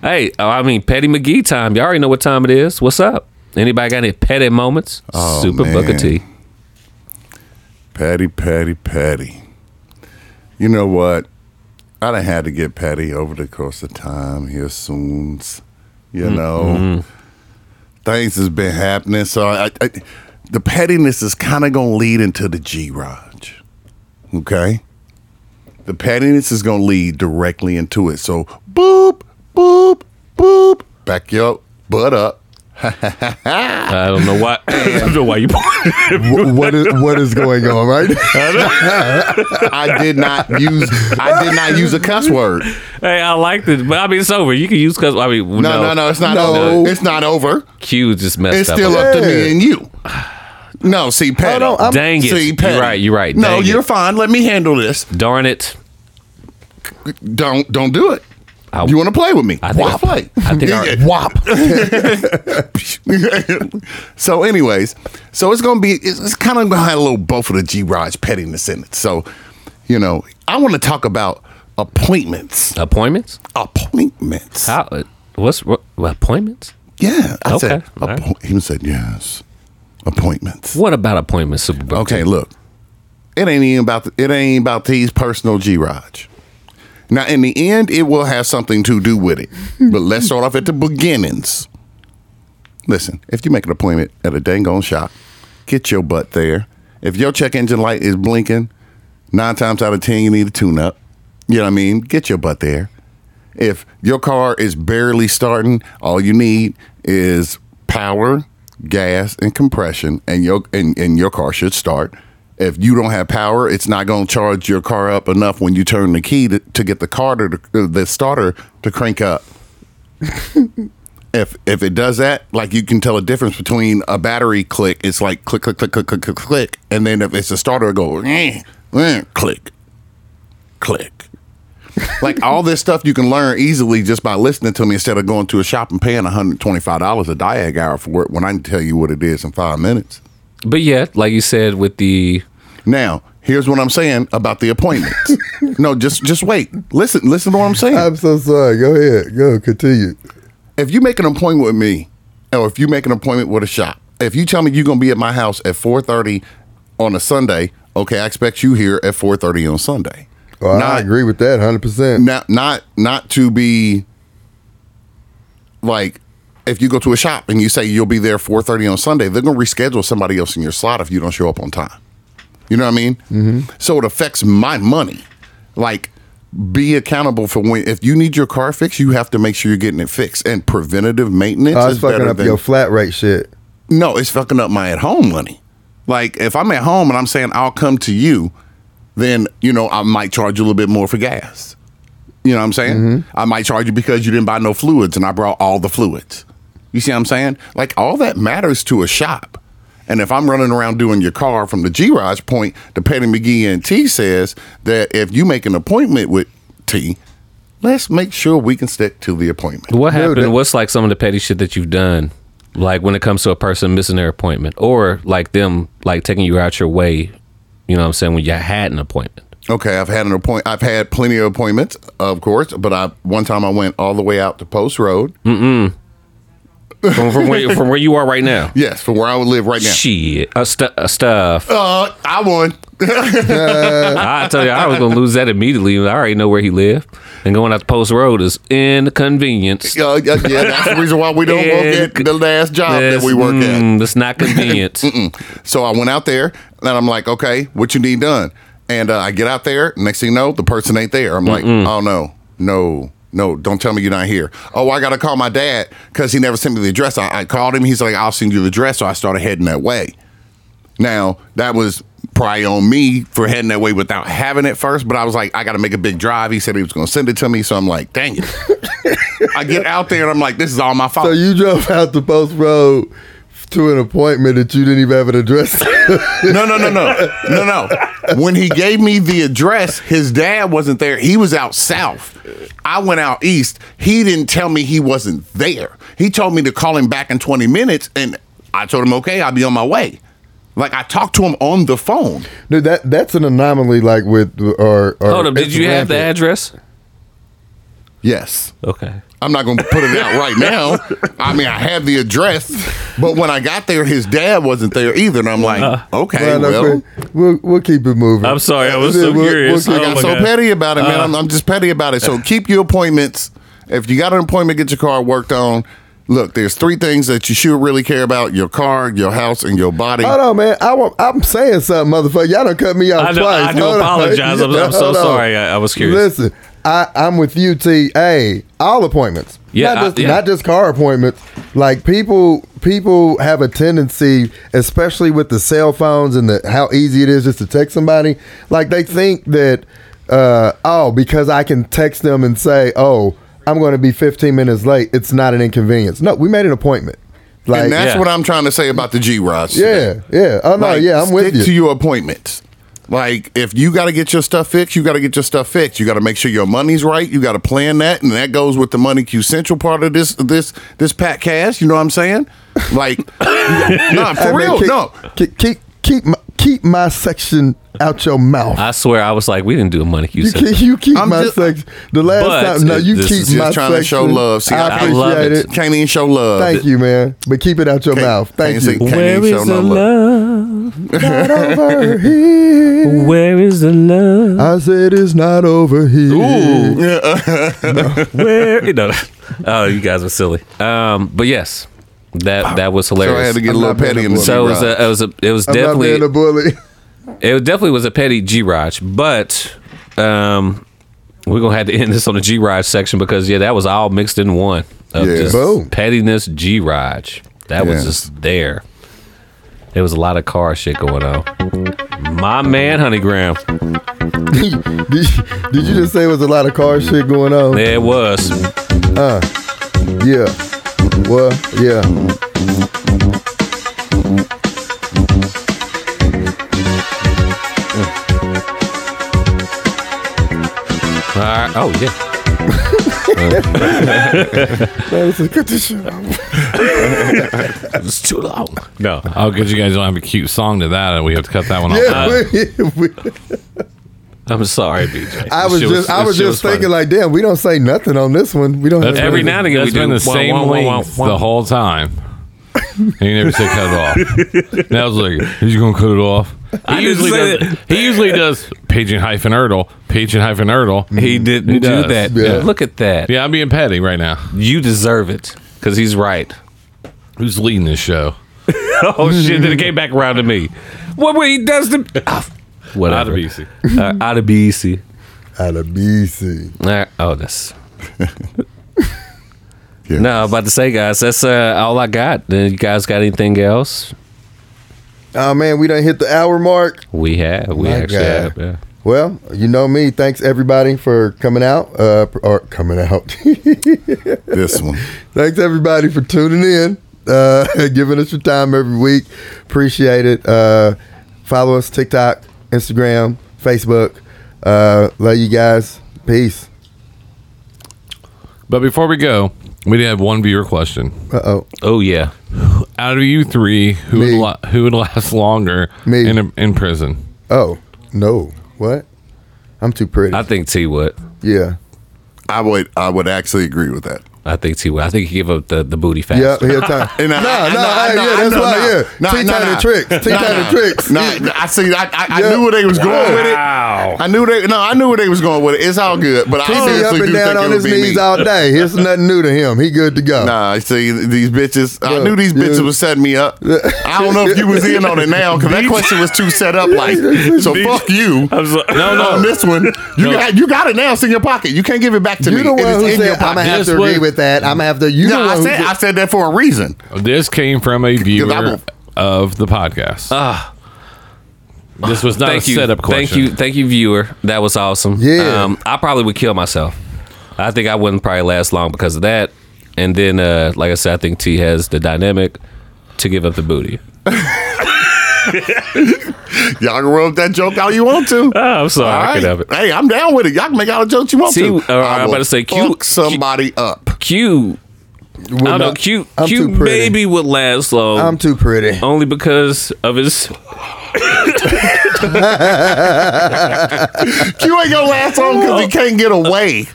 Hey, oh, I mean, Petty McGee time. You already know what time it is. What's up? Anybody got any petty moments? Oh, Super man. Booker T. Petty, petty, petty. You know what? I done had to get petty over the course of time here soon. You know, things has been happening. So I, I, the pettiness is kind of going to lead into the G Raj. Okay? The pettiness is going to lead directly into it. So boop, boop, boop. Back your butt up. I don't know why. I don't know why you. Wh- what is what is going on? Right? I did not use I did not use a cuss word. hey, I liked it, but I mean, it's over. You can use because I mean, no, No, no, no. It's not No. over. It's not over. Q just messed It's up. still a- up to me Yeah. and you. No, see, Patty. Hold on, I'm- Dang it! See, Patty. You're right. You're right. No, Dang you're it. fine. Let me handle this. Darn it! Don't don't do it. I- you want to play with me? I think Wop. I'll play. I think I- Wop. so, anyways, so it's gonna be it's, it's kind of gonna have a little both of the G Raj pettiness in it. So, you know, I want to talk about appointments. Appointments? Appointments. How? uh, What's what, appointments? Yeah, I Okay, said. all right. appo- He said yes. Appointments. What about appointments? Super Bowl? Okay, look. It ain't even about the, it ain't about these personal G Raj. Now in the end, it will have something to do with it. But let's start off at the beginnings. Listen, if you make an appointment at a dang on shop, get your butt there. If your check engine light is blinking, nine times out of ten you need a tune up. You know what I mean? Get your butt there. If your car is barely starting, all you need is power, gas, and compression, and your and, and your car should start. If you don't have power, it's not going to charge your car up enough when you turn the key to, to get the car to uh, the starter to crank up. if if it does that, like you can tell a difference between a battery click. It's like click click click click click click click, and then if it's a starter, it go eh, eh, click click like all this stuff you can learn easily just by listening to me instead of going to a shop and paying $125 a diag hour for it when I can tell you what it is in five minutes. But yet, like you said, with the Now, here's what I'm saying about the appointments. no, just just wait. Listen, listen to what I'm saying. I'm so sorry. Go ahead. Go continue. if you make an appointment with me, or if you make an appointment with a shop, if you tell me you're gonna be at my house at four thirty on a Sunday, okay, I expect you here at four thirty on Sunday. Well, Oh, I Not- agree with that 100. percent not not not to be like if you go to a shop and you say you'll be there 4.30 on sunday they're going to reschedule somebody else in your slot if you don't show up on time you know what i mean mm-hmm. so it affects my money like be accountable for when if you need your car fixed you have to make sure you're getting it fixed and preventative maintenance I is was Oh, fucking better up than your flat rate shit. no, it's fucking up my at home money. Like if I'm at home and I'm saying I'll come to you, then you know I might charge you a little bit more for gas. You know what I'm saying? I might charge you because you didn't buy no fluids and I brought all the fluids. You see what I'm saying? Like all that matters to a shop. And if I'm running around doing your car from the G Raj point, the Petty McGee and T says that if you make an appointment with T, let's make sure we can stick to the appointment. what happened? that- what's like some of the petty shit that you've done? Like when it comes to a person missing their appointment, or like them like taking you out your way. You know what I'm saying? When you had an appointment. Okay, I've had an appointment. I've had plenty of appointments, of course, but I one time I went all the way out to Post Road. from, from, where, from where you are right now. Yes, from where I would live right now. Shit, uh, stu- uh, stuff. Uh, I won. I tell you, I was gonna lose that immediately. I already know where he lived, and going out to Post Road is inconvenience. Uh, yeah, yeah, that's the reason why we don't work at the last job that we work at. mm, That's not convenient. So I went out there and I'm like, okay, what you need done? And uh, I get out there. Next thing you know, the person ain't there. I'm like, oh no, no, no, don't tell me you're not here. Oh, I got to call my dad because he never sent me the address. I, I called him. He's like, I'll send you the address. So I started heading that way. Now, that was probably on me for heading that way without having it first, but I was like, I got to make a big drive. He said he was going to send it to me. So I'm like, dang it. I get out there and I'm like, this is all my fault. So you drove out the post road to an appointment that you didn't even have an address. No, no, no, no, no, no. When he gave me the address, his dad wasn't there. He was out south. I went out east. He didn't tell me he wasn't there. He told me to call him back in 20 minutes, and I told him, okay, I'll be on my way. Like I talked to him on the phone. Dude, that that's an anomaly. Like with or, or Hold up. Did you have the address? Yes. Okay. I'm not going to put it out right now. I mean, I have the address, but when I got there, his dad wasn't there either. And I'm like, okay, Well, no, well, we'll, we'll keep it moving. I'm sorry. I was Yeah, so we'll- curious. we'll I keep- Oh got my so God. Uh. petty about it, man. I'm, I'm just petty about it. So keep your appointments. If you got an appointment, get your car worked on. Look, there's three things that you should really care about: your car, your house, and your body. Hold on, man. I want, I'm saying something, motherfucker. Y'all done cut me off I do, twice. I do Hold on. apologize. I'm, I'm so Hold on. sorry. I, I was curious. Listen, I, I'm with you, T. Hey, all appointments. Yeah, not I- just, yeah. not just car appointments. Like people, people have a tendency, especially with the cell phones and the how easy it is just to text somebody. Like they think that, uh, oh, because I can text them and say, oh, I'm going to be 15 minutes late. It's not an inconvenience. No, we made an appointment. Like, and that's yeah. what I'm trying to say about the G Rods. yeah, yeah. Oh no, Like, yeah, I'm with stick you. to your appointments. Like, if you got to get your stuff fixed, you got to get your stuff fixed. You got to make sure your money's right. You got to plan that, and that goes with the Money Q Central part of this this this pat cast. You know what I'm saying? Like, no, Hey, for man, real, keep, no. Keep keep keep my, keep my section out your mouth. I swear, I was like, we didn't do a money You use. keep, you keep I'm my just- section. The last But time, no, it- you this keep is just my trying to show section. love. See, I I appreciate love it. it. Can't even show love. Thank you, man. But keep it out your Can't- mouth. Thank can't you. say- Where is the love? not over here. Where is the love? I said it's not over here. Where? You know, oh, you guys are silly. Um, but yes, that that was So I hilarious. Um, had to get I'm a little not being petty a in the bully. So it was G-Rods. a, it was a, it was I'm not definitely being a bully. It definitely was a petty G Raj, but um, we're gonna have to end this on the G Raj section because yeah, that was all mixed in one. Of Yeah. just Boom. pettiness G Raj. That was Yeah. just there. There was a lot of car shit going on. My man, Honeygram. did, you, did you just say it was a lot of car shit going on? There it was. Yeah. Well, yeah. All right. Oh yeah. Man, this is- cut this shit off. It's too long. No. Oh, because you guys don't have a cute song to that, and we have to cut that one off. Uh, Yeah, we- we- I'm sorry, BJ. I This was shit just, I this was shit just thinking, funny. like, damn, we don't say nothing on this one. We don't. That's have Every nothing. now and again That's we been do. the same Wah, wah, wah, wah, length wah. the whole time. And he never said cut it off. And I was like, he's gonna cut it off. He didn't usually say does. He usually does pigeon hyphen erdle, pigeon hyphen erdle. he didn't He do does. that. Yeah. Look at that. Yeah, I'm being petty right now. You deserve it because he's right. Who's leading this show? Oh shit! Then it came back around to me. What way he does the Ah, whatever. Adebisi. Uh, Adebisi. Out of BC. Uh, oh, that's. Yeah. No, I'm about to say, guys, that's uh, all I got. Uh, You guys got anything else? Oh man, we done hit the hour mark. We have. We My actually God. have. Yeah. Well, you know me. Thanks everybody for coming out. Uh, or coming out. this one. Thanks everybody for tuning in, uh, giving us your time every week. Appreciate it. Uh, follow us TikTok, Instagram, Facebook. Uh, love you guys. Peace. But before we go, we did have one viewer question. Uh oh. Oh yeah. Out of you three, who would Me. la- who would last longer Me. in a, in prison? Oh no. What? I'm too pretty. I think T would. yeah. I would I would actually agree with that. I think T would. I think he give up the, the booty fast. Yeah. He'll turn. And I- I- I- Nah, nah, hey, I- yeah, I that's know, why, nah. yeah. Nah, Teen nah, Tiny nah. Tricks, Teen Nah, Tiny nah. Tricks. Nah, nah, I see. I, I, I Yeah. knew where they was going with it. Wow. I knew they. No, I knew where they was going with it. It's all good. But I He be seriously up do and down think on it his would be knees me. all day. It's nothing new to him. He good to go. Nah, see these bitches. I Yeah, knew these bitches yeah. was setting me up. I don't know if you was in on it now because that question was too set up. Like, so fuck you. I'm so- no, no, on this one, you got you got it now. It's in your pocket. You can't give it back to You me. the one it is who in your said I'm gonna pocket. have This to agree was- with that. I'm gonna have to. You the No, one I who said said- I said that for a reason. This came from a I viewer will- of the podcast. Ah. this was not Thank a you. setup question. Thank you. Thank you, viewer. That was awesome. Yeah. Um, I probably would kill myself. I think I wouldn't probably last long because of that. And then, uh, like I said, I think T has the dynamic to give up the booty. Y'all can rub that joke all you want to. Oh, I'm sorry, I All could have it. Hey, I'm down with it. Y'all can make all the jokes you want See, to. uh, I'm will about to say, Q- fuck somebody up. Cute. I Would don't know. not- Cute. I'm cute too pretty. baby would last long. I'm too pretty. only because of his. Q ain't gonna last long because Oh. he can't get away.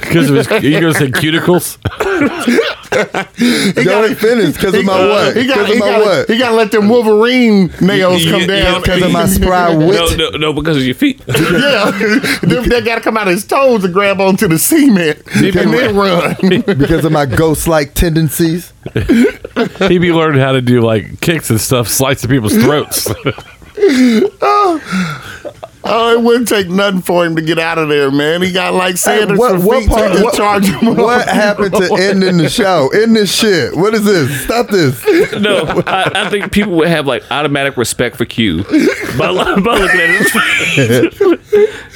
Because of his, you gonna say cuticles? Y'all ain't finished because of my what? He got Because he of my got what? he got to let them Wolverine nails Yeah, come down yeah, Because of my spry No, wit. no, no, because of your feet. yeah, Them- they got to come out of his toes and grab onto the cement and then run. Because of my ghost-like tendencies. He be learning how to do like kicks and stuff, slicing people's throats. Oh, it wouldn't take nothing for him to get out of there, man. He got like Sanders what- for what feet part- to what- charge him. up. What happened to ending the show? End this shit. What is this? Stop this. No, I, I think people would have like automatic respect for Q by, lo- by looking at his feet.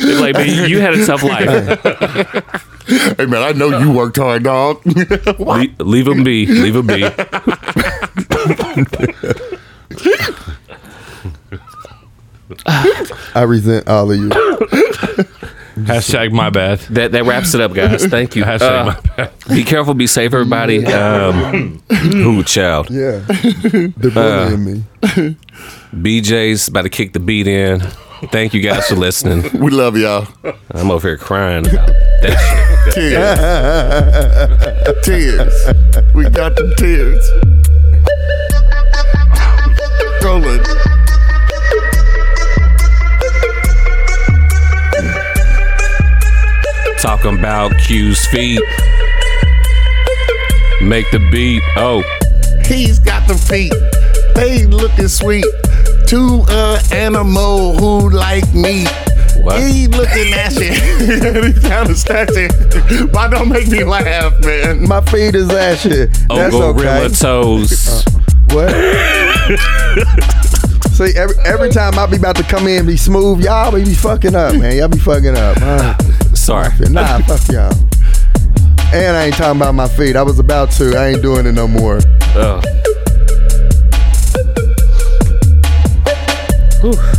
They're like, man, you had a tough life. Hey, man, I know you worked hard, dog. Le- leave him be. Leave him be. I resent all of you. Hashtag my bad. That that wraps it up, guys. Thank you. Hashtag Uh, my bad. be careful. Be safe, everybody. Um, ooh, child. Yeah. The bully in me. BJ's about to kick the beat in. Thank you guys for listening. we love y'all. I'm over here crying about that Tears. shit. tears. We got the tears. Rolling. Talking about Q's feet. Make the beat. Oh, He's got the feet. They looking sweet. To a animal who like me. What? He looking at you. he kind of snatching. Why don't make me laugh, man? My feet is ashy. oh, That's gorilla okay. toes. What? See, every every time I be about to come in and be smooth, y'all be, be fucking up, man. Y'all be fucking up. Uh, Sorry. nah, fuck y'all. And I ain't talking about my feet. I was about to. I ain't doing it no more. Oh. Whew.